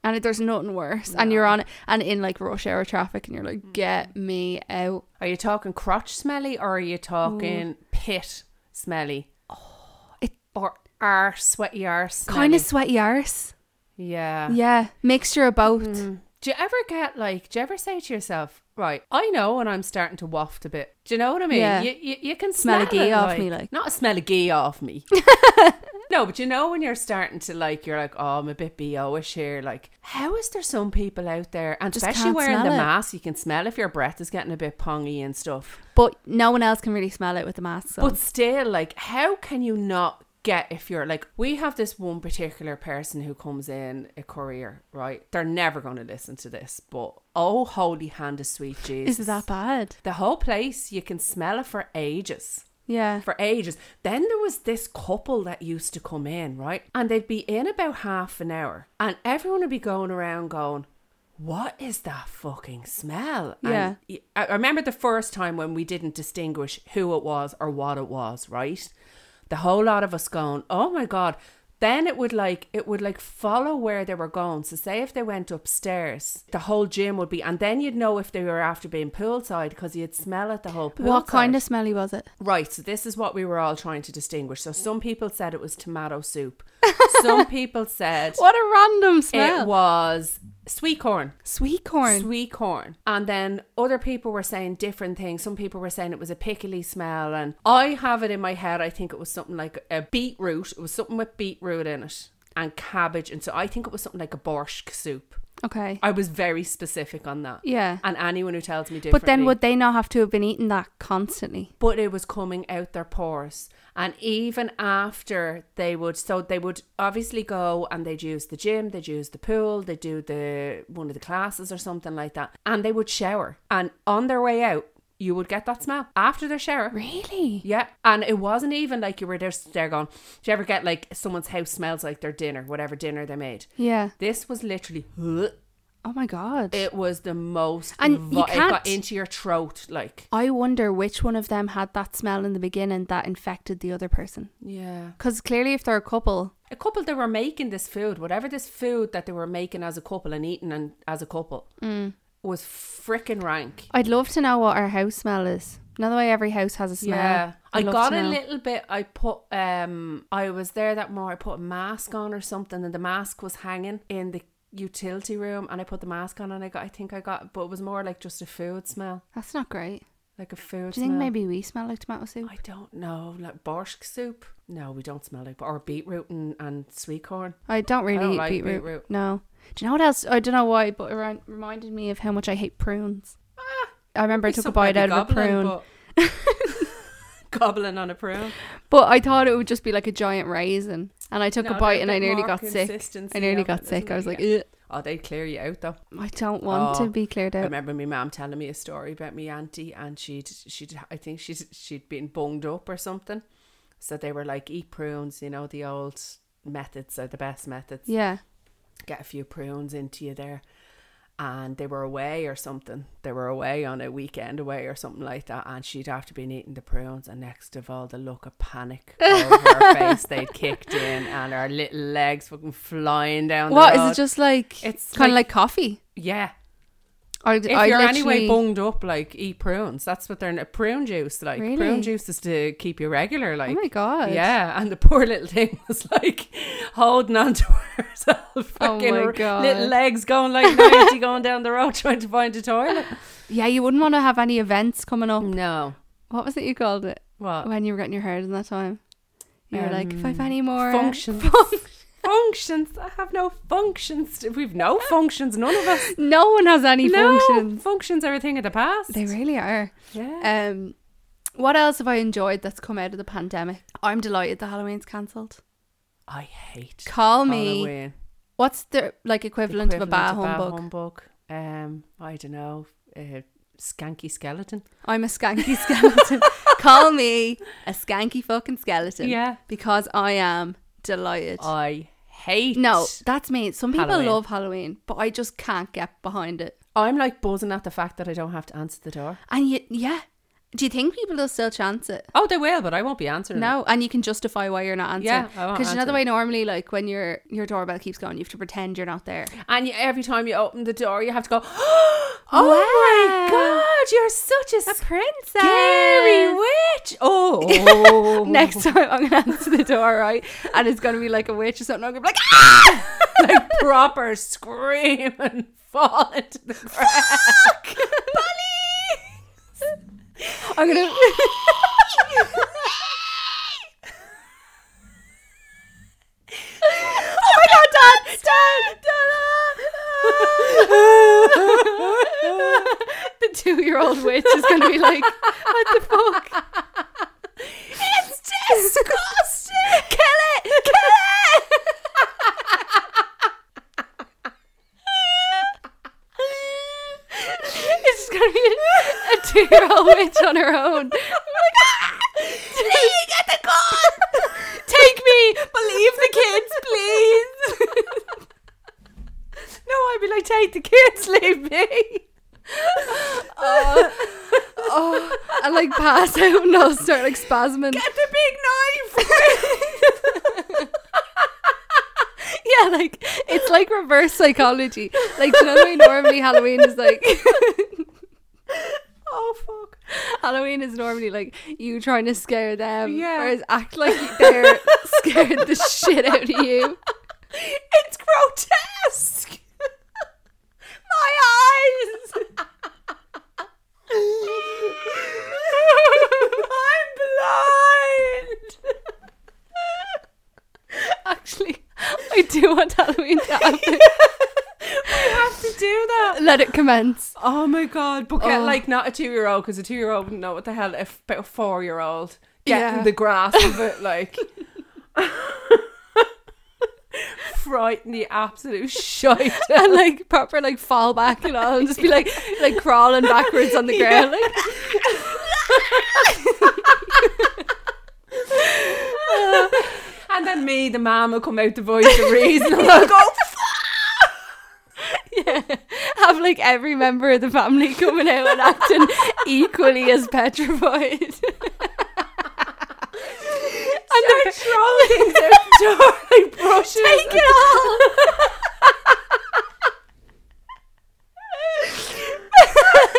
A: And it, there's nothing worse. And you're
B: No.
A: on
B: Mm.
A: and in like rush hour traffic and you're like, get me out.
B: Are you talking crotch smelly or are you talking pit smelly? Oh,
A: it-
B: or arse, sweaty arse.
A: Kind of
B: smelly?
A: sweaty arse.
B: Yeah.
A: Yeah. Mixture of both.
B: Mm. Do you ever get like, do you ever say to yourself, right, I know when I'm starting to waft a bit. Do you know what I mean?
A: Yeah.
B: You, you, you can
A: Smell
B: smell,
A: a gee
B: it,
A: off me, like.
B: Not a smell a gee off me. no, but you know when you're starting to like, you're like, oh, I'm a bit BO-ish here. Like, how is there some people out there, and
A: Just
B: especially
A: can't
B: wearing the
A: smell it.
B: mask, you can smell if your breath is getting a bit pongy and stuff.
A: But no one else can really smell it with the masks on.
B: But still, like, how can you not get if you're like, we have this one particular person who comes in a courier, right? They're never going to listen to this, but oh, holy hand of sweet Jesus.
A: Is it that bad?
B: The whole place, you can smell it for ages.
A: Yeah.
B: For ages. Then there was this couple that used to come in, right? And they'd be in about half an hour, and everyone would be going around going, what is that fucking smell?
A: Yeah.
B: And I I remember the first time when we didn't distinguish who it was or what it was, right? The whole lot of us going, oh my God. Then it would like, it would like follow where they were going. So say if they went upstairs, the whole gym would be, and then you'd know if they were after being poolside because you'd smell it the whole poolside.
A: What kind of smelly was it?
B: Right, so this is what we were all trying to distinguish. So some people said it was tomato soup. Some people said
A: What a random smell.
B: it was sweet corn.
A: Sweet corn.
B: Sweet corn. And then other people were saying different things. Some people were saying it was a pickly smell. And I have it in my head, I think it was something like a beetroot. It was something with beetroot in it and cabbage. And so I think it was something like a borscht soup.
A: Okay.
B: I was very specific on that.
A: Yeah.
B: And anyone who tells me differently.
A: But then would they not have to have been eating that constantly?
B: but it was coming out their pores. And even after they would, so they would obviously go and they'd use the gym, they'd use the pool, they'd do the one of the classes or something like that, and they would shower. And on their way out, you would get that smell after their shower.
A: Really?
B: Yeah, and it wasn't even like you were just there going, do you ever get like someone's house smells like their dinner, whatever dinner they made?
A: Yeah.
B: This was literally,
A: Oh my god.
B: it was the most,
A: And you
B: it got
A: can't-
B: into your throat, like,
A: I wonder which one of them had that smell in the beginning that infected the other person.
B: yeah.
A: Because clearly, if they're a couple,
B: a couple that were making this food, whatever this food that they were making as a couple and eating and as a couple,
A: Mm.
B: was freaking rank.
A: I'd love to know what our house smell is. Another way every house has a smell.
B: Yeah, I
A: I'd love
B: got
A: to
B: a
A: know.
B: little bit. I put um, I was there that morning. I put a mask on or something, and the mask was hanging in the utility room, and I put the mask on, and I got. I think I got, but it was more like just a food smell,
A: That's not great.
B: like a food.
A: Do you think
B: smell.
A: maybe we smell like tomato soup?
B: I don't know, like borscht soup. No, we don't smell like or beetroot and, and sweet corn.
A: I don't really
B: don't
A: eat
B: like
A: beetroot.
B: beetroot.
A: No. Do you know what else? I don't know why, but it ran- reminded me of how much I hate prunes.
B: Ah,
A: I remember I took a
B: Some
A: bite
B: might
A: out of
B: be
A: a prune, but-,
B: but- gobbling on a prune.
A: I thought it would just be like a giant raisin. And I took
B: No,
A: a bite
B: there's
A: and
B: a
A: I
B: bit
A: nearly
B: more
A: got sick.
B: consistency
A: I nearly
B: of
A: got
B: it,
A: sick.
B: isn't
A: I was
B: there?
A: like,
B: Yeah.
A: Ugh,
B: oh, they clear you out though.
A: I don't want
B: Oh,
A: to be cleared
B: I
A: out.
B: remember my mum telling me a story about me auntie, and she'd she'd I think she'd she'd been bunged up or something. So they were like, eat prunes. You know, the old methods are the best methods.
A: Yeah.
B: Get a few prunes into you there. And they were away or something. They were away on a weekend away or something like that. And she'd after been eating the prunes, and next of all, the look of panic over her face they'd kicked in, and her little legs fucking flying down.
A: What
B: the
A: is
B: road.
A: it just like?
B: Oh It's
A: It's kind of
B: like-
A: like, coffee.
B: Yeah.
A: I,
B: If
A: I
B: you're
A: literally,
B: anyway bunged up, like eat prunes. That's what they're in. Prune juice, like prune
A: Really?
B: juice is to keep you regular.
A: Oh
B: Like,
A: my god.
B: yeah. And the poor little thing was like holding on to herself,
A: Oh
B: fucking
A: my
B: her
A: God.
B: little legs going like ninety, going down the road trying to find a toilet.
A: Yeah, you wouldn't want to have any events coming up.
B: No,
A: What was it you called it
B: what
A: when you were getting your hair done that time? You were like, if I have
B: Um,
A: any more
B: functions? functions? I have no functions. We've no functions. None of us.
A: no one has any
B: No
A: functions.
B: functions are a thing of the past.
A: They really are.
B: yeah.
A: Um, what else have I enjoyed that's come out of the pandemic? I'm delighted the Halloween's cancelled.
B: I hate
A: Uh, Call me.
B: Halloween.
A: What's the like equivalent, of a bah humbug?
B: humbug. Um, I don't know. Uh, skanky skeleton.
A: I'm a skanky skeleton. Call me a skanky fucking skeleton.
B: Yeah.
A: Because I am delighted.
B: I hate.
A: No, that's me. Some people
B: Halloween.
A: love Halloween, but I just can't get behind it.
B: I'm like buzzing at the fact that I don't have to answer the door.
A: And you, yeah. Do you think people will still chance it?
B: Oh, they will, but I won't be answering.
A: No, and you can justify why you're not
B: Mm. Yeah,
A: answering.
B: I won't
A: because you know
B: answer
A: the way normally, like when your your doorbell keeps going, you have to pretend you're not there.
B: it. And you, every time you open the door, you have to go. oh
A: Wow.
B: my god! You're such a,
A: princess.
B: scary witch. Oh,
A: Next time I'm gonna answer the door, right? And it's gonna be like a witch or something. I'm gonna be like, ah!
B: like proper scream and fall into the crack.
A: I'm gonna.
B: oh my god, Dad! Dad! ah.
A: the two-year-old witch is gonna be like, what the fuck?
B: it's disgusting! Kill it! Kill it!
A: It's just gonna be a, a two-year-old witch on her own.
B: Oh Please get the gun! Take me! Believe the kids, please! no, I'd be like, take the kids, leave me! Uh,
A: Oh, and like pass out and I'll start like spasming.
B: Get the big knife!
A: yeah, like it's like reverse psychology. Like do you know the way normally Halloween is like
B: oh, fuck.
A: Halloween is normally like you trying to scare them.
B: Yeah.
A: Whereas act like they're scared the shit out of you.
B: It's grotesque!
A: want Halloween to happen.
B: have to do that.
A: Let it commence.
B: Oh my god! But get
A: Oh.
B: like not a two year old because a two year old wouldn't know what the hell if about a four year old getting
A: Yeah.
B: the grasp of it like frighten the absolute shite.
A: And like proper like fall back and all and just be like like crawling backwards on the ground. Like
B: and then me, the mom, will come out to voice the reason. and I'll go.
A: have like every member of the family coming out and acting equally as petrified. and
B: Start throwing things out the door, like brushes.
A: Take it all.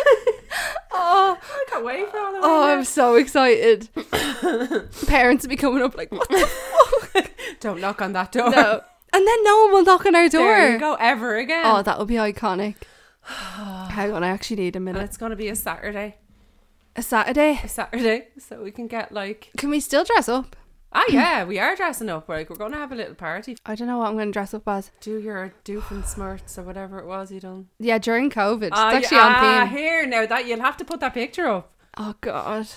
A: oh,
B: I can't wait for all
A: oh, I'm so excited. Parents will be coming up like, what the fuck?
B: Don't knock on that door.
A: no. And then no one will knock on our door.
B: There you go ever again.
A: Oh, that would be iconic. Hang on, I actually need a
B: and
A: minute.
B: it's gonna be a Saturday.
A: A Saturday.
B: A Saturday, so we can get like
A: Can we still dress up?
B: ah yeah, we are dressing up. Like we're gonna have a little party.
A: I don't know what I'm going to dress up as.
B: Do your doofensmirts or whatever it was you done.
A: Yeah, during COVID. It's
B: Ah, yeah,
A: actually
B: ah,
A: on theme.
B: here now that you'll have to put that picture up.
A: Oh, God.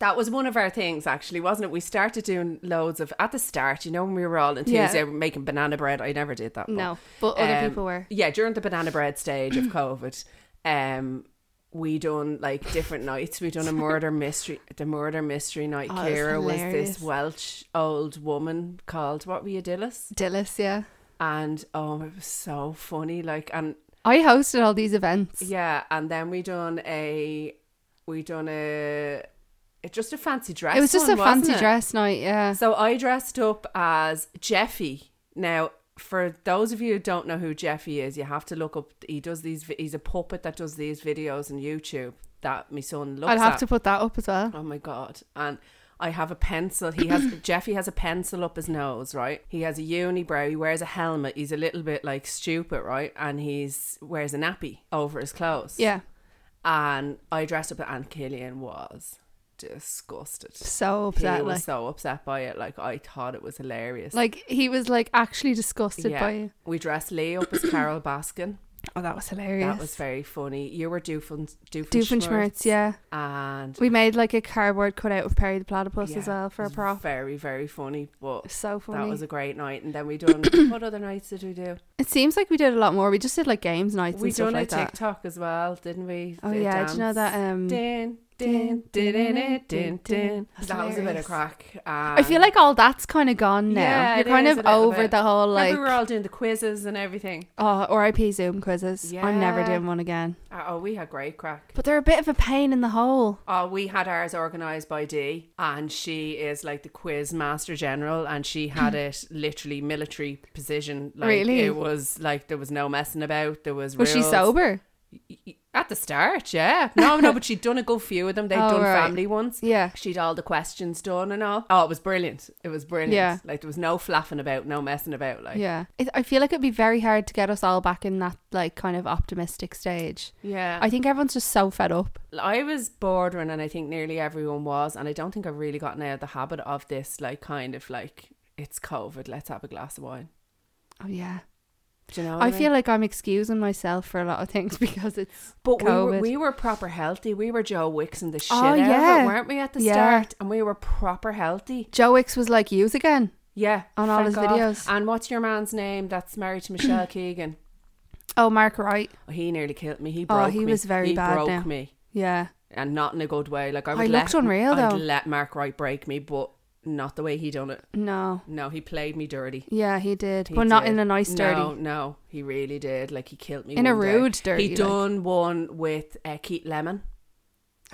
B: That was one of our things, actually, wasn't it? We started doing loads of at the start. You know, when we were all
A: Yeah.
B: enthusiastic we were making banana bread. I never did that. but-
A: No, but other
B: Um,
A: people were.
B: Yeah, during the banana bread stage of COVID, um, we done like different nights. We done a murder mystery, the murder mystery night.
A: Oh, that's
B: Kira was
A: hilarious.
B: this Welsh old woman called what were you, Dillis?
A: Dillis, yeah.
B: And oh, it was so funny. Like, and
A: I hosted all these events.
B: yeah, and then we done a, we done a, it just a fancy dress.
A: It was just
B: one,
A: a fancy
B: wasn't it?
A: dress night, yeah.
B: So I dressed up as Jeffy. Now, for those of you who don't know who Jeffy is, you have to look up. He does these. vi- He's a puppet that does these videos on YouTube that my son looks
A: I'll have
B: at.
A: to put that up as well.
B: Oh my god! And I have a pencil. He has Jeffy has a pencil up his nose, right? He has a unibrow. He wears a helmet. He's a little bit like stupid, right? And he's wears a nappy over his clothes.
A: Yeah.
B: And I dressed up, and Killian was disgusted
A: So
B: he
A: upset.
B: was
A: Like,
B: so upset by it. Like I thought it was hilarious.
A: like, he was like actually disgusted by you.
B: we dressed Lee up as Carol Baskin.
A: Oh, that was hilarious.
B: That was very funny. You were Doofen
A: Doofenshmirtz, yeah.
B: and
A: We made like a cardboard cutout of Perry the Platypus as
B: yeah,
A: well for
B: it
A: a
B: was
A: prop.
B: Very very funny, but
A: So funny.
B: that was a great night. And then we done what other nights did we do?
A: It seems like we did a lot more. We just did like games nights
B: we
A: and stuff
B: done
A: like
B: a
A: that.
B: TikTok as well, didn't we?
A: Oh
B: The
A: yeah, do you know
B: dance.
A: that? Um,
B: Din din din din din din.
A: That's
B: That was a bit of
A: hilarious.
B: crack.
A: I feel like all that's kind of gone now.
B: Yeah,
A: You're
B: it
A: kind
B: is
A: of
B: a little
A: over
B: bit.
A: the whole like
B: we were all doing the quizzes and everything.
A: oh, RIP Zoom quizzes. I'm never
B: Yeah.
A: doing one again.
B: Uh, Oh, we had great crack.
A: But they're a bit of a pain in the hole.
B: Oh, we had ours organized by Dee, and she is like the quiz master general, and she had it literally military position. Like,
A: Really?
B: It was like there was no messing about. There was.
A: Was she
B: rules.
A: sober?
B: Y- y- At the start, yeah. No, no, but she'd done a good few of them. They'd
A: Oh,
B: done
A: right.
B: family ones.
A: Yeah.
B: She'd all the questions done and all. Oh, it was brilliant. It was brilliant.
A: Yeah.
B: Like there was no flapping about, no messing about. Like
A: Yeah. It, I feel like it'd be very hard to get us all back in that like kind of optimistic stage.
B: yeah.
A: I think everyone's just so fed up.
B: I was bordering, and I think nearly everyone was, and I don't think I've really gotten out of the habit of this, like kind of like it's COVID, let's have a glass of wine.
A: Oh yeah.
B: Do you know? what
A: I
B: mean?
A: feel like I'm excusing myself for a lot of things because it's
B: but we were,
A: COVID.
B: we were proper healthy. We were Joe Wixing the shit
A: Oh,
B: out of
A: yeah.
B: it, weren't we? At the
A: Yeah.
B: start, and we were proper healthy.
A: Joe Wicks was like yous again.
B: Yeah,
A: On all
B: fuck
A: his
B: off.
A: videos.
B: And what's your man's name? That's married to Michelle Keegan.
A: Oh, Mark Wright.
B: Oh, he nearly killed me. He
A: Oh,
B: broke me.
A: he was very
B: He
A: bad
B: broke
A: now.
B: me,
A: Yeah.
B: and not in a good way. Like I,
A: Oh,
B: would
A: he
B: let,
A: looked unreal,
B: I'd
A: though.
B: let Mark Wright break me, but not the way he done it.
A: No.
B: No, he played me dirty.
A: Yeah, he did.
B: He
A: but not
B: did.
A: in a nice dirty.
B: No, no, he really did. Like he killed me
A: In a
B: one day.
A: rude dirty,
B: He
A: like.
B: done one with uh, Keith Lemon,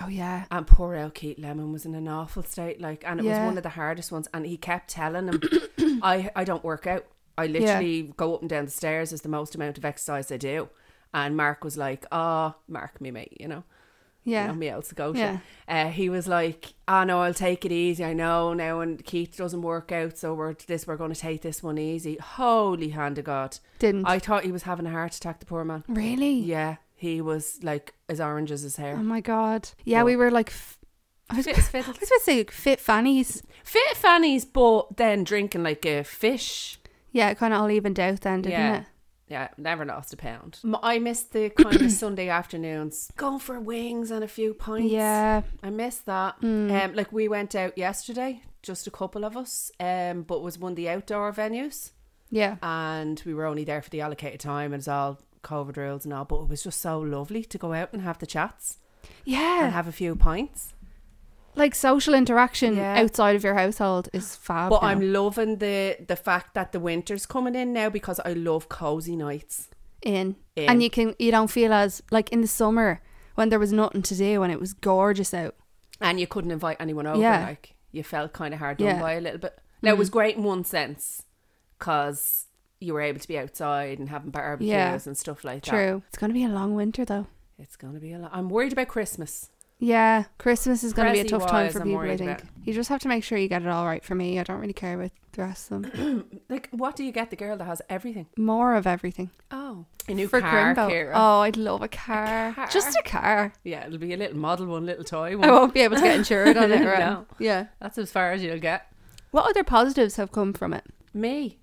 A: Oh yeah.
B: and poor old Keith Lemon was in an awful state. Like, and it was
A: Yeah.
B: one of the hardest ones. And he kept telling him, "I I don't work out. I literally go up and down the stairs is the most amount of exercise I do." And Mark was like, "Ah, Mark, me mate, you know."
A: Yeah.
B: you know, me El
A: Yeah.
B: Scotia. Uh, he was like, "Oh no, I'll take it easy. I know now, and Keith doesn't work out, so we're this. We're going to take this one easy." Holy hand of God!
A: Didn't.
B: I thought he was having a heart attack. The poor man.
A: really?
B: Yeah, he was like as orange as his
A: Oh
B: hair.
A: my god. Yeah, we were like f- I was, I was
B: fiddle.
A: supposed to say like, fit fannies.
B: Fit fannies, but then drinking like a fish.
A: Yeah, it kind of all evened out then, didn't
B: yeah.
A: it?
B: Yeah, never lost a pound. M- I miss the kind of Sunday afternoons. Going for wings and a few pints.
A: Yeah.
B: I miss that. Um, like we went out yesterday, just a couple of us, um, but it was one of the outdoor venues,
A: Yeah.
B: and we were only there for the allocated time, and it's all COVID rules and all. But it was just so lovely to go out and have the chats
A: Yeah.
B: and have a few pints.
A: like social interaction
B: Yeah.
A: outside of your household is fab.
B: But
A: now.
B: I'm loving the the fact that the winter's coming in now because I love cozy nights.
A: in.
B: In.
A: and you can you don't feel as like in the summer when there was nothing to do when it was gorgeous out.
B: and you couldn't invite anyone over.
A: Yeah.
B: Like you felt kind of hard done
A: Yeah. Mm.
B: by a little bit. Now it was great in one sense because you were able to be outside and having barbecues
A: Yeah.
B: and stuff like that.
A: True, it's gonna be a long winter though.
B: It's gonna be a lot. I'm worried about Christmas.
A: Yeah, Christmas is gonna be a tough time
B: Pricey-wise,
A: for
B: I'm
A: people. I
B: worried
A: think
B: about-
A: you just have to make sure you get it all right. For me, I don't really care about the rest of them.
B: Like, what do you get the girl that has everything?
A: More of everything
B: Oh, a new
A: for
B: car,
A: Crimbo.
B: Ciara.
A: Oh, I'd love a car.
B: car.
A: just a car.
B: Yeah, it'll be a little model one, little toy one.
A: I won't be able to get insured on it. Right?
B: No.
A: Yeah.
B: That's as far as you'll get.
A: What other positives have come from it?
B: Me.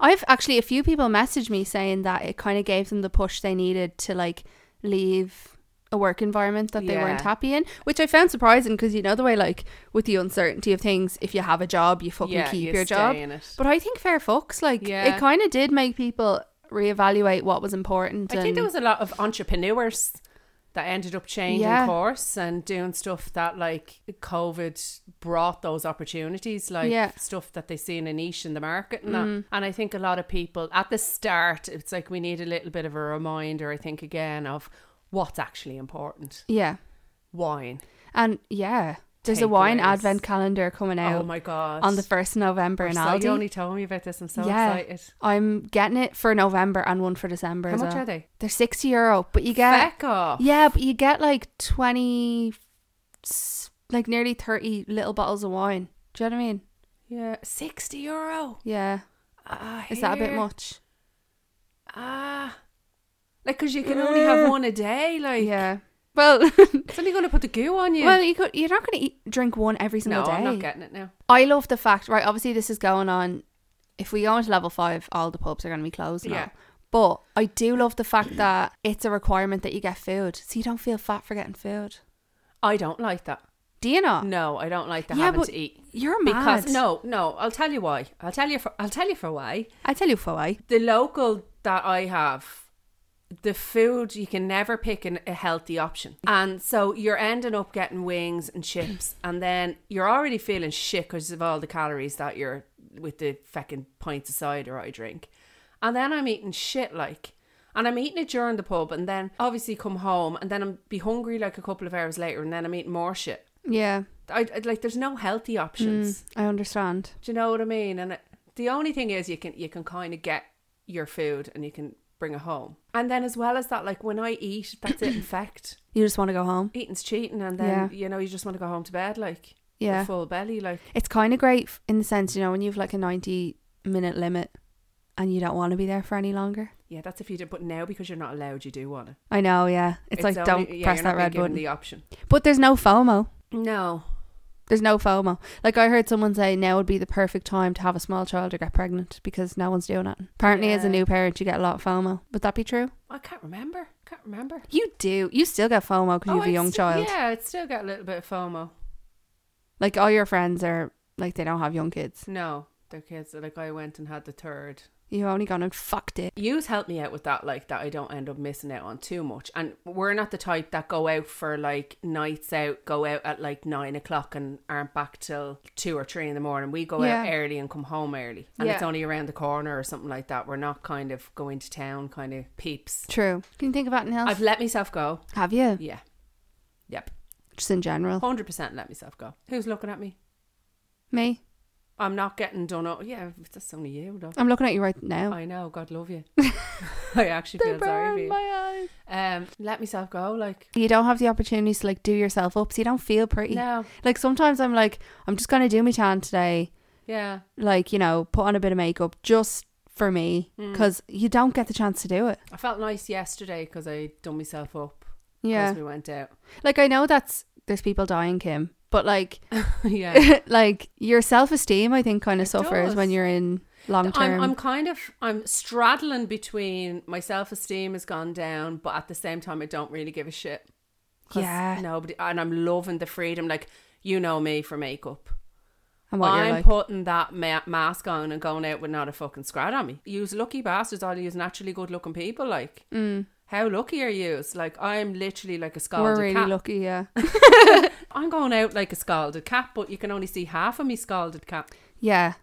A: I've actually a few people messaged me saying that it kind of gave them the push they needed to like leave a work environment that they weren't
B: Yeah.
A: happy in, which I found surprising because you know the way like with the uncertainty of things, if you have a job, you fucking
B: yeah, you
A: keep your
B: stay
A: job.
B: In it.
A: But I think fair fucks, like
B: Yeah.
A: it kind of did make people reevaluate what was important.
B: I think
A: and-
B: there was a lot of entrepreneurs that ended up changing
A: Yeah.
B: course and doing stuff that like COVID brought those opportunities, like
A: Yeah. Mm.
B: stuff that they see in a niche in the market and that. And I think a lot of people at the start, it's like we need a little bit of a reminder, I think, again, of what's actually important.
A: yeah,
B: Wine.
A: and yeah, there's a wine
B: Takeaways.
A: advent calendar coming
B: oh
A: out
B: my god.
A: on the first of November in
B: so
A: Aldi.
B: you only told me about this. I'm so
A: Yeah.
B: excited.
A: I'm getting it for November and one for December.
B: How
A: as
B: much
A: well.
B: are they?
A: They're sixty euro, but you get
B: Feck off.
A: Yeah, but you get like 20, s- like nearly 30 little bottles of wine. Do you know what I mean?
B: Yeah. Sixty euro.
A: Yeah.
B: Ah,
A: Is that a bit
B: here.
A: much?
B: Ah. Like, because you can only have one a day. Like,
A: Uh. Yeah. Well,
B: it's only going to put the goo on you.
A: well, you could. You're not going to eat, drink one every
B: no,
A: single day.
B: I'm not getting it now.
A: I love the fact, right? Obviously, this is going on. If we go into level five, all the pubs are going to be closed now.
B: Yeah.
A: But I do love the fact that it's a requirement that you get food, so you don't feel fat for getting food.
B: I don't like that.
A: Do you not?
B: No, I don't like the
A: Yeah,
B: having
A: but
B: to eat.
A: You're mad.
B: Because no, no, I'll tell you why. I'll tell you for I'll tell you for why.
A: I tell you why.
B: The local that I have, the food you can never pick an, a healthy option, and so you're ending up getting wings and chips, and then you're already feeling shit because of all the calories that you're with the fucking pints of cider I drink, and then I'm eating shit like. And I'm eating it during the pub, and then obviously come home, and then I'm be hungry like a couple of hours later, and then I'm eating more shit.
A: Yeah,
B: I, I like there's no healthy options.
A: Mm, I understand.
B: Do you know what I mean? And it, the only thing is, you can you can kind of get your food and you can bring it home. And then as well as that, like when I eat, that's it. In fact,
A: You just want to go home.
B: eating's cheating, and then
A: Yeah.
B: you know you just want to go home to bed, like with
A: Yeah.
B: a full belly, like
A: It's kind of great f- in the sense, you know, when you've like a 90 minute limit and you don't want to be there for any longer.
B: yeah, that's if you do. But now because you're not allowed, you do want it.
A: I know, yeah. It's, like,
B: only-
A: don't
B: yeah,
A: press
B: you're
A: that
B: not being
A: red
B: given
A: button.
B: The option.
A: But there's no FOMO.
B: No.
A: There's no FOMO. Like I heard someone say now would be the perfect time to have a small child or get pregnant because no one's doing it. Apparently, as a
B: Yeah.
A: new parent, you get a lot of FOMO. Would that be true?
B: I can't remember. Can't remember. Oh,
A: You do. You still get FOMO because you have
B: I'd
A: a young
B: st-
A: child.
B: Yeah, I'd still got a little bit of FOMO.
A: Like all your friends are like, they don't have young kids.
B: No, their kids. Like I went and had the third.
A: You've only gone and fucked it.
B: You've helped me out with that, like that I don't end up missing out on too much. And we're not the type that go out for like nights out, go out at like nine o'clock and aren't back till two or three in the morning. We go out
A: Yeah.
B: early and come home early. And it's
A: Yeah.
B: only around the corner or something like that. We're not kind of going to town kind of peeps.
A: True. Can you think of anything else?
B: I've let myself go.
A: have you?
B: Yeah. Yep.
A: Just in general.
B: Oh. 100% let myself go. Who's looking at me?
A: Me?
B: I'm not getting done up. Yeah, that's only you, though.
A: I'm looking at you right now.
B: I know. God love you. I actually feel sorry for you.
A: my eyes.
B: Um, let myself go. Like,
A: E You don't have the opportunities to like do yourself up, so you don't feel pretty.
B: no.
A: Like sometimes I'm like, I'm just gonna do my tan today,
B: Yeah.
A: like you know, put on a bit of makeup just for me,
B: Mm.
A: because you don't get the chance to do it.
B: I felt nice yesterday because I done myself up.
A: Yeah,
B: Because we went out.
A: like I know that's there's people dying, Kim, but like,
B: yeah.
A: like your self esteem, I think, kind of
B: It
A: suffers
B: does.
A: when you're in Long
B: I'm,
A: term.
B: I'm kind of I'm straddling between my self esteem has gone down, but at the same time I don't really give a shit. 'Cause
A: Yeah.
B: Nobody and I'm loving the freedom. Like you know me for makeup.
A: and what
B: I'm
A: you're like.
B: putting that ma- mask on and going out with not a fucking scrat on me. Use lucky bastards. I'll use naturally good looking people. Like
A: Mm.
B: how lucky are you? Like I'm literally like a
A: We're
B: scalded
A: really
B: cat.
A: lucky, yeah.
B: I'm going out like a scalded cat, but you can only see half of me scalded cat.
A: Yeah.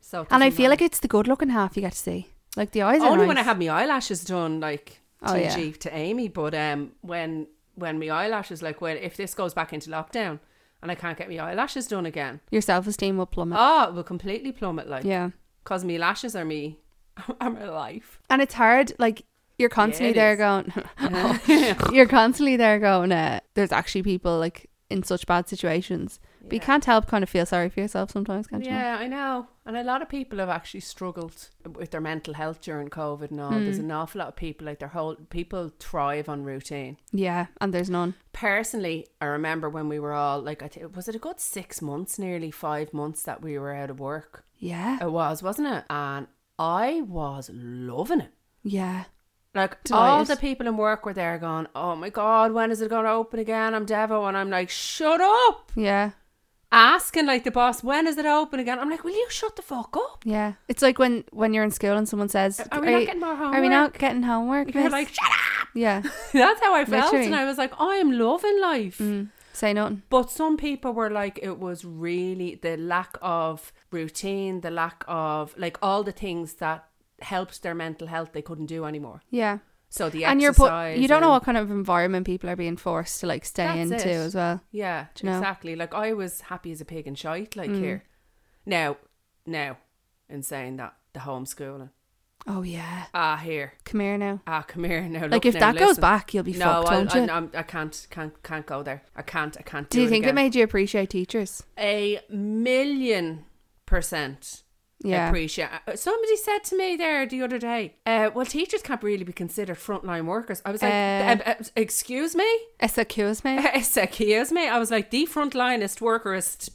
B: So it
A: And I
B: doesn't
A: feel
B: matter.
A: like it's the good looking half you get to see. Like the eyes are
B: only when I
A: nice.
B: had my eyelashes done, like
A: Oh,
B: TG
A: yeah.
B: to Amy. But um, when when my eyelashes, like, well, if this goes back into lockdown and I can't get my eyelashes done again,
A: Your self esteem will plummet.
B: oh, it will completely plummet. Like,
A: yeah.
B: cause my lashes are me, are my life.
A: And it's hard, like you're constantly
B: it
A: there
B: is.
A: going You're constantly there going, uh, there's actually people like in such bad situations. But you
B: Yeah.
A: can't help kind of feel sorry for yourself sometimes, can't you?
B: Yeah, I know. And a lot of people have actually struggled with their mental health during COVID and all.
A: Hmm.
B: There's an awful lot of people, like, their whole people thrive on routine.
A: Yeah, and there's none.
B: personally i remember when we were all like i think was it a good six months nearly five months that we were out of work
A: Yeah.
B: it was wasn't it and i was loving it
A: Yeah.
B: like all
A: Delighted.
B: the people in work were there going oh my god when is it going to open again i'm devo and i'm like shut up
A: Yeah.
B: asking like the boss when is it open again i'm like will you shut the fuck up
A: Yeah. It's like when when you're in school and someone says
B: are we
A: "Are
B: not
A: you-
B: getting more homework
A: Are we not getting homework?
B: you're
A: miss?"
B: like shut up
A: yeah.
B: that's how i felt
A: Literally.
B: and i was like i am loving life
A: Mm, say nothing.
B: But some people were like, it was really the lack of routine, the lack of like all the things that helped their mental health they couldn't do anymore.
A: Yeah.
B: So the
A: and you're
B: exercise,
A: put, you don't know
B: and-
A: what kind of environment people are being forced to like stay
B: That's
A: into
B: it.
A: as well.
B: yeah,
A: Do you know? Mm.
B: exactly. Like I was happy as a pig in shite, like here. Now, now, in saying that the homeschooling,
A: Oh yeah.
B: ah here,
A: Come here now.
B: ah come here now.
A: like
B: look
A: if
B: now,
A: that goes
B: listen.
A: back, you'll be
B: no,
A: fucked,
B: I,
A: won't
B: I,
A: you?
B: I'm- I can't, can't, can't go there. I can't, I can't. Do,
A: Do you think
B: again.
A: it made you appreciate teachers?
B: a million percent?
A: Yeah.
B: appreciate. uh, Somebody said to me there the other day, uh, "Well, teachers can't really be considered frontline workers." I was like,
A: Uh.
B: "Um, uh, "Excuse me,
A: SAQs, mate.
B: excuse me." I was like, "The frontlinest workerist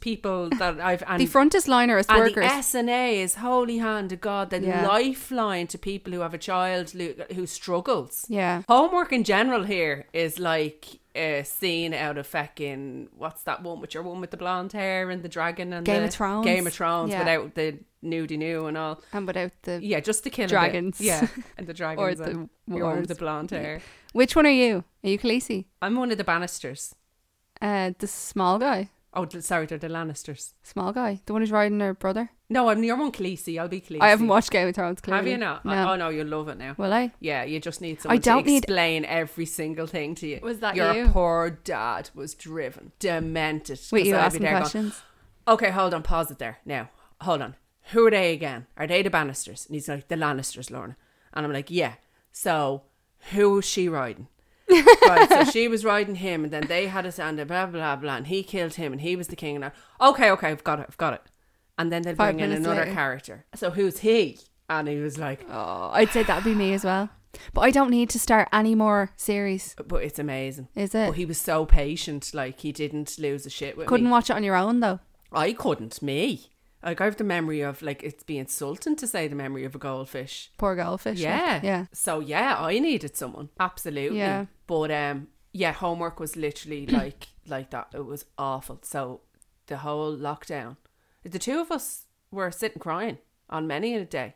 B: people that I've and."
A: the frontest liners
B: and
A: workers.
B: the S and A is holy hand of God, the
A: Yeah.
B: lifeline to people who have a child lo- who struggles.
A: yeah.
B: Homework in general here is like a scene out of fucking what's that one with your one with the blonde hair and the dragon and
A: Game
B: the
A: of Thrones.
B: Game of Thrones
A: Yeah.
B: without the nudie new and all.
A: And without the
B: Yeah, just the killing bit.
A: Dragons.
B: Yeah, and the dragons.
A: or
B: and
A: the
B: your one with
A: wars.
B: the blonde hair.
A: Which one are you? Are you Khaleesi?
B: I'm one of the Bannisters.
A: Uh, the small guy.
B: Oh, th- sorry, they're the Lannisters.
A: Small guy. The one who's riding her brother.
B: No, I'm your one, Khaleesi. I'll be Khaleesi.
A: I haven't watched Game of Thrones. Clearly.
B: Have you not?
A: No.
B: I- Oh no, you'll love it now.
A: Will I?
B: Yeah, you just need someone
A: don't
B: to
A: need-
B: explain every single thing to you.
A: Was that
B: your
A: you?
B: poor dad was driven, demented.
A: Wait,
B: 'cause
A: you
B: I'd be
A: asking
B: there going,
A: questions?
B: okay, hold on, pause it there. Now, hold on. Who are they again? Are they the Bannisters? And he's like, the Lannisters, Lorna. And I'm like, yeah. So who was she riding? right, so she was riding him, and then they had a son, and blah blah blah, and he killed him, and he was the king. And I, okay, okay, I've got it, I've got it. And then they'll
A: Five
B: bring in
A: minutes
B: another
A: later.
B: character. So who's he? And he was like,
A: Oh, I'd say that'd be me as well. But I don't need to start any more series.
B: but it's amazing.
A: Is
B: But
A: it?
B: Oh, he was so patient, like he didn't lose a shit with
A: Couldn't
B: me.
A: watch it on your own though.
B: I couldn't, me. Like I have the memory of like it's be insulting to say the memory of a goldfish.
A: Poor goldfish. like,
B: Yeah.
A: yeah.
B: So yeah, I needed someone. Absolutely.
A: Yeah.
B: But um yeah, homework was literally like like that. It was awful. So the whole lockdown. The two of us were sitting crying on many a day.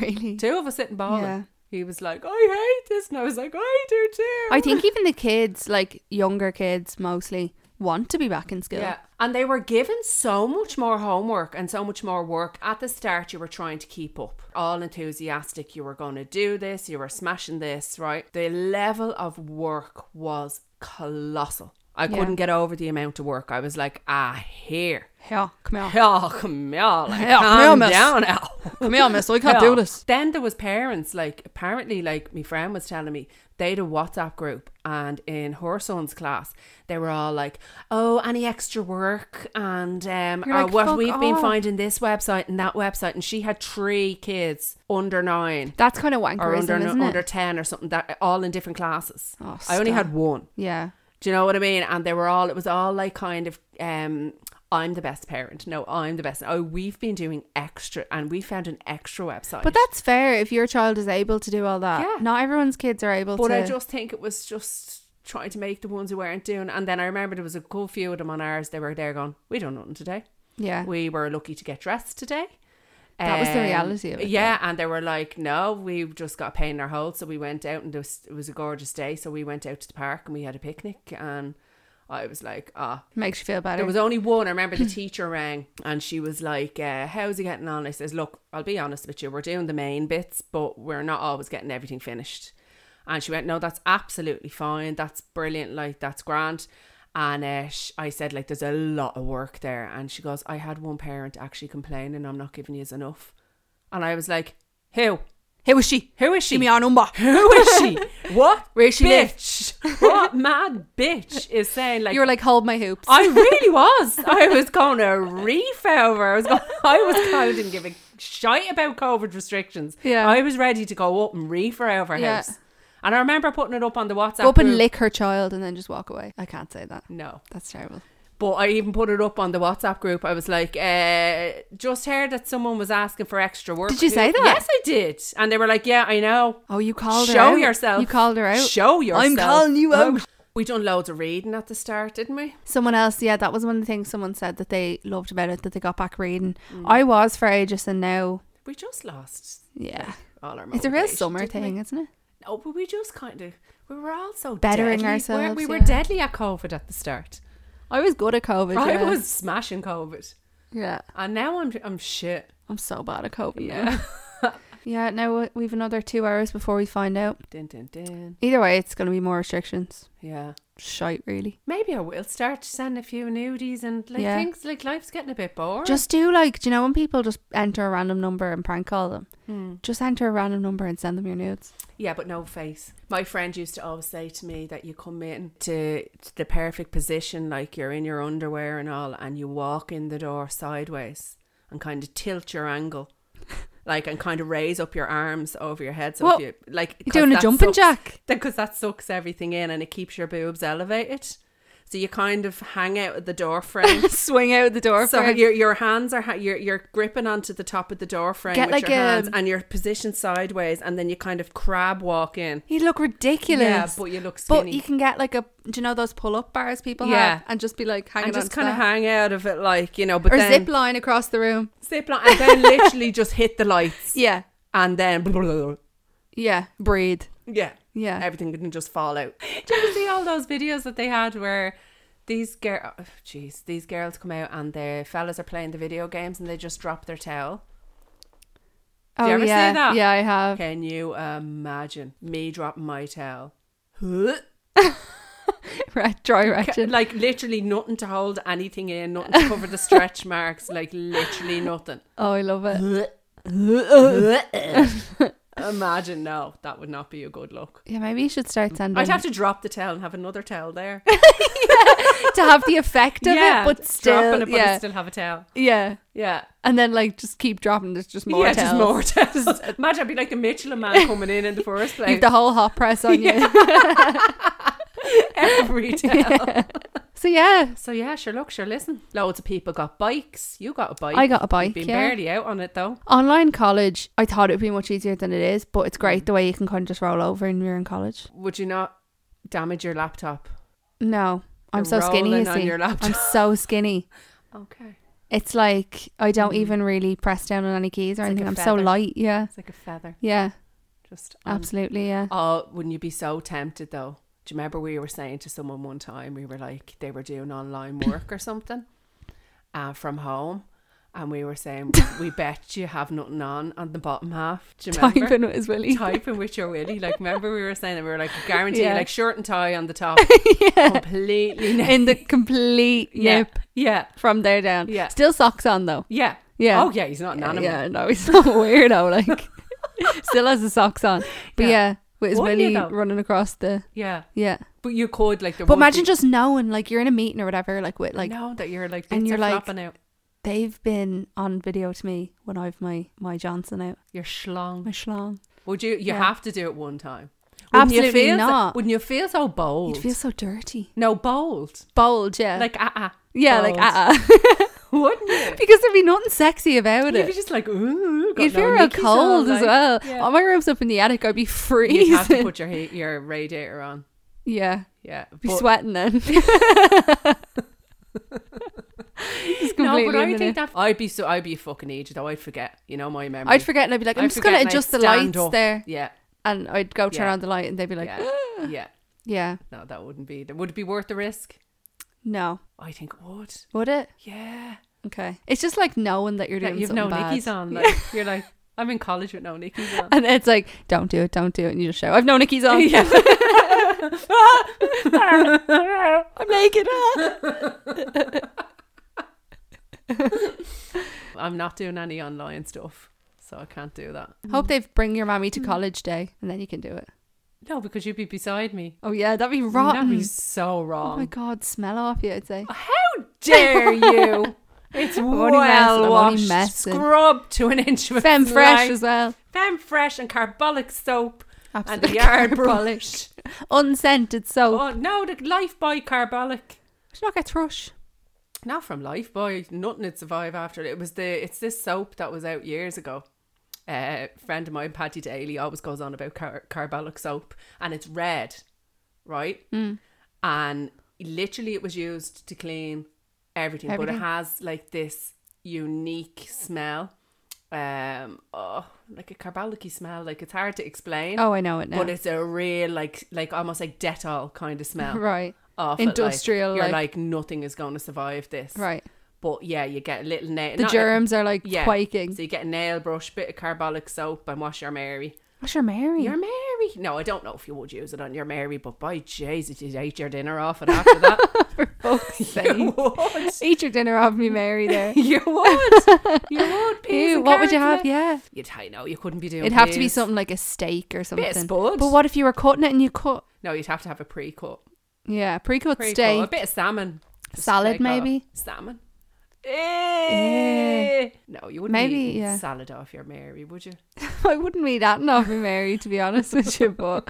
A: Really.
B: Two of us sitting bawling.
A: Yeah.
B: He was like, I hate this and I was like, I do too.
A: I think even the kids, like younger kids mostly, want to be back in school.
B: Yeah. And they were given so much more homework and so much more work. At the start, you were trying to keep up, all enthusiastic. You were going to do this, you were smashing this, right? The level of work was colossal. I
A: Yeah.
B: couldn't get over the amount of work. I was like, ah, here.
A: Yeah, come here.
B: Oh, come here. Like,
A: Yeah, come here,
B: calm
A: miss.
B: down now.
A: Come here, miss. I can't do this.
B: Then there was parents, like apparently, like my friend was telling me, they had a WhatsApp group, and in her son's class, they were all like, "Oh, any extra work?" And um,
A: You're
B: uh,
A: like,
B: what
A: "Fuck
B: we've been
A: off."
B: finding this website and that website, and she had three kids under nine
A: That's kind of
B: or
A: wankerism,
B: under
A: isn't
B: under
A: it?
B: ten or something that all in different classes.
A: Oh,
B: I only
A: stop.
B: had one.
A: Yeah.
B: Do you know what I mean? And they were all it was all like kind of um I'm the best parent. No, I'm the best. Oh, we've been doing extra, and we found an extra website.
A: But that's fair if your child is able to do all that.
B: Yeah.
A: Not everyone's kids are able
B: But
A: to.
B: I just think it was just trying to make the ones who weren't doing. And then I remember there was a good few of them on ours. They were there going, "We done nothing today.
A: yeah.
B: We were lucky to get dressed today." Um,
A: That was the reality of it,
B: Yeah, and they were like, "No, we just got a pain in our hole, so we went out and there was, it was a gorgeous day, so we went out to the park and we had a picnic." And I was like, "Ah,
A: Makes you feel better.
B: there was only one. I remember the teacher rang and she was like, uh, How's he getting on? I says, Look, I'll be honest with you. We're doing the main bits, but we're not always getting everything finished. And she went, No, that's absolutely fine. That's brilliant. Like, that's grand. And uh, sh- I said, like, there's a lot of work there. And she goes, I had one parent actually complaining, I'm not giving you enough. And I was like, Who?
A: Who was she?
B: Who is she?
A: Give me our number.
B: Who is she? what
A: Where she live?
B: bitch? what mad bitch is saying like
A: You were like, hold my hoops.
B: I really was. I was going to reef over. I was going, I was kind of didn't give a shite about COVID restrictions.
A: Yeah.
B: I was ready to go up and reef her over
A: Yeah.
B: house. And I remember putting it up on the WhatsApp.
A: Go up and
B: group.
A: lick her child and then just walk away. I can't say that.
B: No.
A: That's terrible.
B: But I even put it up on the WhatsApp group. I was like, uh, just heard that someone was asking for extra work.
A: Did you say that?
B: Yes, I did. And they were like, yeah, I know.
A: Oh, you called her
B: Show
A: out.
B: yourself.
A: You called her out.
B: Show yourself.
A: calling you
B: Oh,
A: out.
B: We done loads of reading at the start, didn't we?
A: Someone else, yeah, that was one of the things someone said that they loved about it that they got back reading. I was for ages and now,
B: We just lost
A: yeah.
B: all our
A: It's a real
B: motivation,
A: summer
B: didn't we?
A: thing, isn't it?
B: Oh, but we just kind of we were all so
A: Bettering
B: deadly.
A: ourselves,
B: We, we were
A: yeah.
B: deadly at COVID at the start.
A: I was good at COVID.
B: I
A: yeah.
B: was smashing COVID,
A: Yeah.
B: and now I'm I'm shit.
A: I'm so bad at COVID now. yeah, now we've another two hours before we find out.
B: Din din din.
A: Either way, it's going to be more restrictions.
B: Yeah.
A: Shite, really.
B: Maybe I will start to send a few nudies and like
A: Yeah.
B: things like life's getting a bit boring.
A: Just do like, do you know when people just enter a random number and prank call them?
B: Hmm.
A: Just enter a random number and send them your nudes.
B: yeah, but no face. My friend used to always say to me that you come in to, to the perfect position, like you're in your underwear and all, and you walk in the door sideways and kind of tilt your angle. Like and kind of raise up your arms over your head, so
A: What?
B: if you like
A: You're
B: 'cause
A: doing a
B: that
A: jumping
B: sucks-
A: jack.
B: Then, because that sucks everything in and it keeps your boobs elevated. So you kind of hang out at the door frame.
A: Swing out the door.
B: so
A: frame.
B: your your hands are ha- you're you're gripping onto the top of the door frame
A: Get
B: with
A: like
B: your hands,
A: a-
B: and you're positioned sideways, and then you kind of crab walk in.
A: He'd look ridiculous.
B: Yeah, but you look
A: But
B: skinny.
A: you can get like a, do you know those pull up bars people
B: Yeah.
A: have? And just be like hanging
B: and just
A: kind of
B: hang out of it, like you know. But
A: Or
B: then
A: zip line across the room.
B: zip line, and then literally just hit the lights,
A: Yeah.
B: and then
A: Yeah. Breathe.
B: yeah.
A: Yeah.
B: everything can just fall out. Do you ever see all those videos that they had where these girl, oh, jeez, these girls come out and the fellas are playing the video games and they just drop their towel?
A: oh,
B: you ever see
A: yeah.
B: that?
A: Yeah, I have.
B: Can you imagine me dropping my towel? Huh?
A: Right, dry
B: Ca-
A: ratchet.
B: like literally nothing to hold anything in, nothing to cover the stretch marks, like literally nothing.
A: Oh, I love it.
B: Imagine no, that would not be a good look.
A: Yeah, maybe you should start sending
B: I'd have to drop the towel and have another towel there.
A: to have the effect of it, but still,
B: dropping it, but
A: yeah,
B: I'd still have a towel.
A: yeah,
B: Yeah.
A: and then like just keep dropping. There's just more.
B: yeah,
A: tells.
B: just more towels. Imagine I'd be like a Michelin man coming in in the first
A: You've
B: place.
A: the whole hot press on you.
B: Every towel.
A: So yeah,
B: So yeah, sure look, sure listen. Loads of people got bikes. You got a bike.
A: I got a bike.
B: You've been
A: yeah.
B: barely out on it though.
A: Online college, I thought it would be much easier than it is, but it's great the way you can kind of just roll over and you're in college.
B: Would you not damage your laptop?
A: No, I'm so
B: You're
A: skinny. You
B: rolling on
A: see,
B: your laptop.
A: I'm so skinny.
B: Okay.
A: It's like I don't
B: Mhm.
A: even really press down on any keys or
B: It's like
A: anything.
B: a
A: I'm so
B: feather. Um,
A: light. Yeah,
B: It's like a feather.
A: yeah,
B: Just on.
A: absolutely. Yeah.
B: Oh, wouldn't you be so tempted though? Do you remember we were saying to someone one time we were like they were doing online work or something uh, from home, and we were saying we bet you have nothing on on the bottom half. Do you remember?
A: Typing with his willy.
B: typing with your willy. Like, remember we were saying that we were like, guarantee,
A: Yeah.
B: like shirt and tie on the top, completely naked.
A: in the complete
B: Yeah.
A: yip
B: Yeah,
A: from there down.
B: Yeah.
A: Still socks on though.
B: yeah,
A: Yeah.
B: Oh yeah, he's not an
A: yeah,
B: animal.
A: yeah, no, he's not weird though. Like, still has the socks on. But
B: Yeah.
A: yeah, with his
B: Wouldn't you,
A: willy
B: though?
A: running across the
B: Yeah.
A: yeah.
B: but you could like. There
A: But
B: would
A: imagine
B: be,
A: just knowing, like, you're in a meeting or whatever, like, with like
B: now that you're like,
A: and
B: and you're
A: you're like-
B: flopping out.
A: they've been on video to me when I've my my Johnson out,
B: You're schlong.
A: my schlong.
B: Would you? You
A: Yeah.
B: have to do it one time. Wouldn't you
A: Absolutely
B: feel so-
A: not.
B: wouldn't you feel so bold?
A: You'd feel so dirty.
B: no, bold.
A: Bold, yeah.
B: Like, ah, ah.
A: yeah, like
B: bold.
A: uh
B: Wouldn't you?
A: because there'd be nothing sexy about
B: You'd be
A: it.
B: just like, ooh. got
A: You'd
B: no
A: feel real
B: nickies on,
A: cold as
B: like-
A: well.
B: Yeah.
A: Oh, my room's up in the attic. I'd be freezing.
B: You'd have to put your, heat, your radiator on.
A: yeah,
B: Yeah.
A: be
B: but-
A: sweating then. Just
B: no,
A: completely
B: but I
A: in
B: think
A: it.
B: that I'd be so I'd be a fucking aged though. I'd forget, you know, my memory.
A: I'd forget and I'd be like, I'm
B: I'd
A: just gonna
B: forget and I'd
A: adjust the
B: stand
A: lights
B: up.
A: there,
B: Yeah,
A: and I'd go turn
B: Yeah.
A: on the light, and they'd be like,
B: yeah, yeah.
A: yeah,
B: No, that wouldn't be. That would it be worth the risk.
A: no,
B: I think it would.
A: would it?
B: Yeah,
A: Okay, it's just like knowing that you're
B: That
A: doing
B: you've no
A: something bad.
B: nickies on. Like you're like, I'm in college with no nickies on.
A: And it's like, don't do it, don't do it. And you just shout, I've no Nicky's on. I'm naked.
B: I'm not doing any online stuff, so I can't do that.
A: Hope they bring your mommy to
B: Mm.
A: college day and then you can do it.
B: No, because you'd be beside me.
A: Oh, yeah, that'd be rotten.
B: That'd be so
A: oh, my
B: wrong.
A: God, smell off you, I'd say.
B: How dare you? It's
A: only messing,
B: well
A: I'm only
B: washed,
A: messing.
B: scrubbed to an inch with
A: Femme fresh
B: lime.
A: as well.
B: Femme Fresh and Carbolic soap and the
A: Absolutely.
B: yard
A: carbolic.
B: brush.
A: Unscented soap.
B: Oh no, the Lifebuoy Carbolic.
A: Should not get thrush.
B: Not from Lifebuoy. Nothing would survive after it. It was the it's this soap that was out years ago. Uh, friend of mine, Patty Daly, always goes on about car- carbolic soap, and it's red, right?
A: Mm.
B: And literally, it was used to clean everything, but
A: Everything.
B: it has like this unique smell, um, oh, like a carbolic smell. Like it's hard to explain.
A: Oh, I know it now.
B: But it's a real like like almost like Dettol kind of smell.
A: right,
B: Off it, like,
A: Industrial,
B: you're
A: like-
B: like nothing is going to survive this.
A: right.
B: But yeah, you get a little nail.
A: The germs are like
B: yeah.
A: quaking.
B: So you get a nail brush, bit of carbolic soap, and wash your Mary.
A: What's your Mary?
B: Your Mary. No, I don't know if you would use it on your Mary, but by Jesus, you'd eat your dinner off it after that.
A: Fuck's
B: you
A: sake.
B: would.
A: Eat your dinner off me, Mary, there.
B: You would. You would. peas
A: Ew,
B: and
A: what would you have?
B: carrots,
A: Yeah.
B: You'd, I know, you couldn't be doing
A: It'd have to be
B: peas.
A: something like a steak or something.
B: Bit of spud.
A: But what if you were cutting it and you cut?
B: No, you'd have to have a pre-cut.
A: Yeah, pre-cut
B: Pretty cool. A
A: steak.
B: bit of salmon. Just
A: Salad,
B: take that
A: maybe?
B: off. Salmon. Eh. No, you wouldn't
A: Maybe,
B: eat
A: yeah.
B: salad off your Mary, would you?
A: I wouldn't be that enough, Mary, to be honest with you. But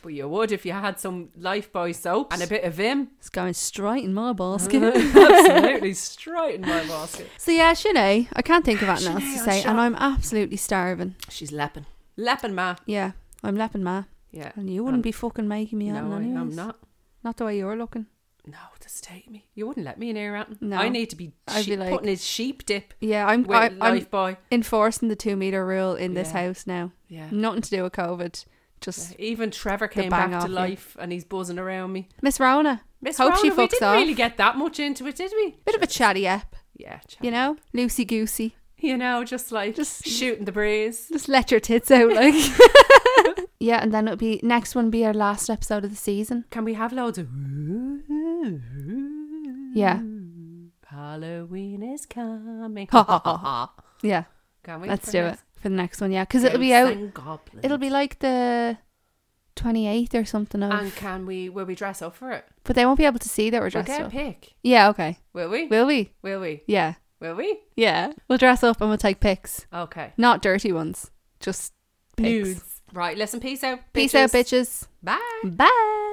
B: But you would if you had some Lifebuoy soap and a bit of Vim.
A: it's going straight in my basket.
B: Absolutely straight in my basket.
A: so yeah, Sinead, I can't think of anything else
B: Sinead,
A: to
B: I'm
A: say,
B: shocked.
A: and I'm absolutely starving.
B: She's lepping. Lepping, ma.
A: Yeah, I'm lapping ma,
B: Yeah.
A: and you wouldn't be fucking making me out.
B: Um, No, I,
A: anyways.
B: I'm not.
A: Not the way you're looking.
B: No, just take me. You wouldn't let me near Anton.
A: No.
B: I need to be,
A: I'd
B: sheep-
A: be like-
B: putting his sheep dip
A: Yeah, I'm.
B: with
A: I, I'm
B: Lifebuoy.
A: enforcing the two meter rule in this
B: Yeah.
A: house now.
B: Yeah.
A: Nothing to do with COVID.
B: Yeah.
A: Just
B: Even Trevor came
A: Mm. bang
B: back
A: off
B: to
A: you.
B: life and he's buzzing around me.
A: Miss Rona,
B: Miss
A: Hope she
B: Rowland, we
A: fucks
B: didn't
A: off.
B: really get that much into it, did we?
A: bit of a chatty app,
B: Yeah, chat.
A: you know, loosey goosey.
B: you know, just like
A: Just-
B: just shooting the breeze.
A: Just let your tits out, like. yeah, and then it'll be next one be our last episode of the season.
B: Can we have loads of?
A: Yeah.
B: Halloween is coming.
A: Ha, ha, ha, Yeah,
B: Can we?
A: let's
B: for
A: do it
B: next-
A: for the next one. Yeah, because it'll be
B: Ghosts
A: out.
B: and goblins.
A: It'll be like the twenty eighth or something. Of,
B: And can we? Will we dress up for it?
A: but they won't be able to see that we're
B: We'll
A: dressed
B: get a
A: up.
B: pic.
A: Yeah, okay.
B: Will we?
A: Will we?
B: Will we?
A: Yeah,
B: Will we?
A: yeah. We'll dress up and we'll take pics,
B: Okay.
A: not dirty ones, just pics.
B: Nudes. Right. Listen. Peace out.
A: Peace out,
B: bitches.
A: bitches.
B: Bye.
A: Bye.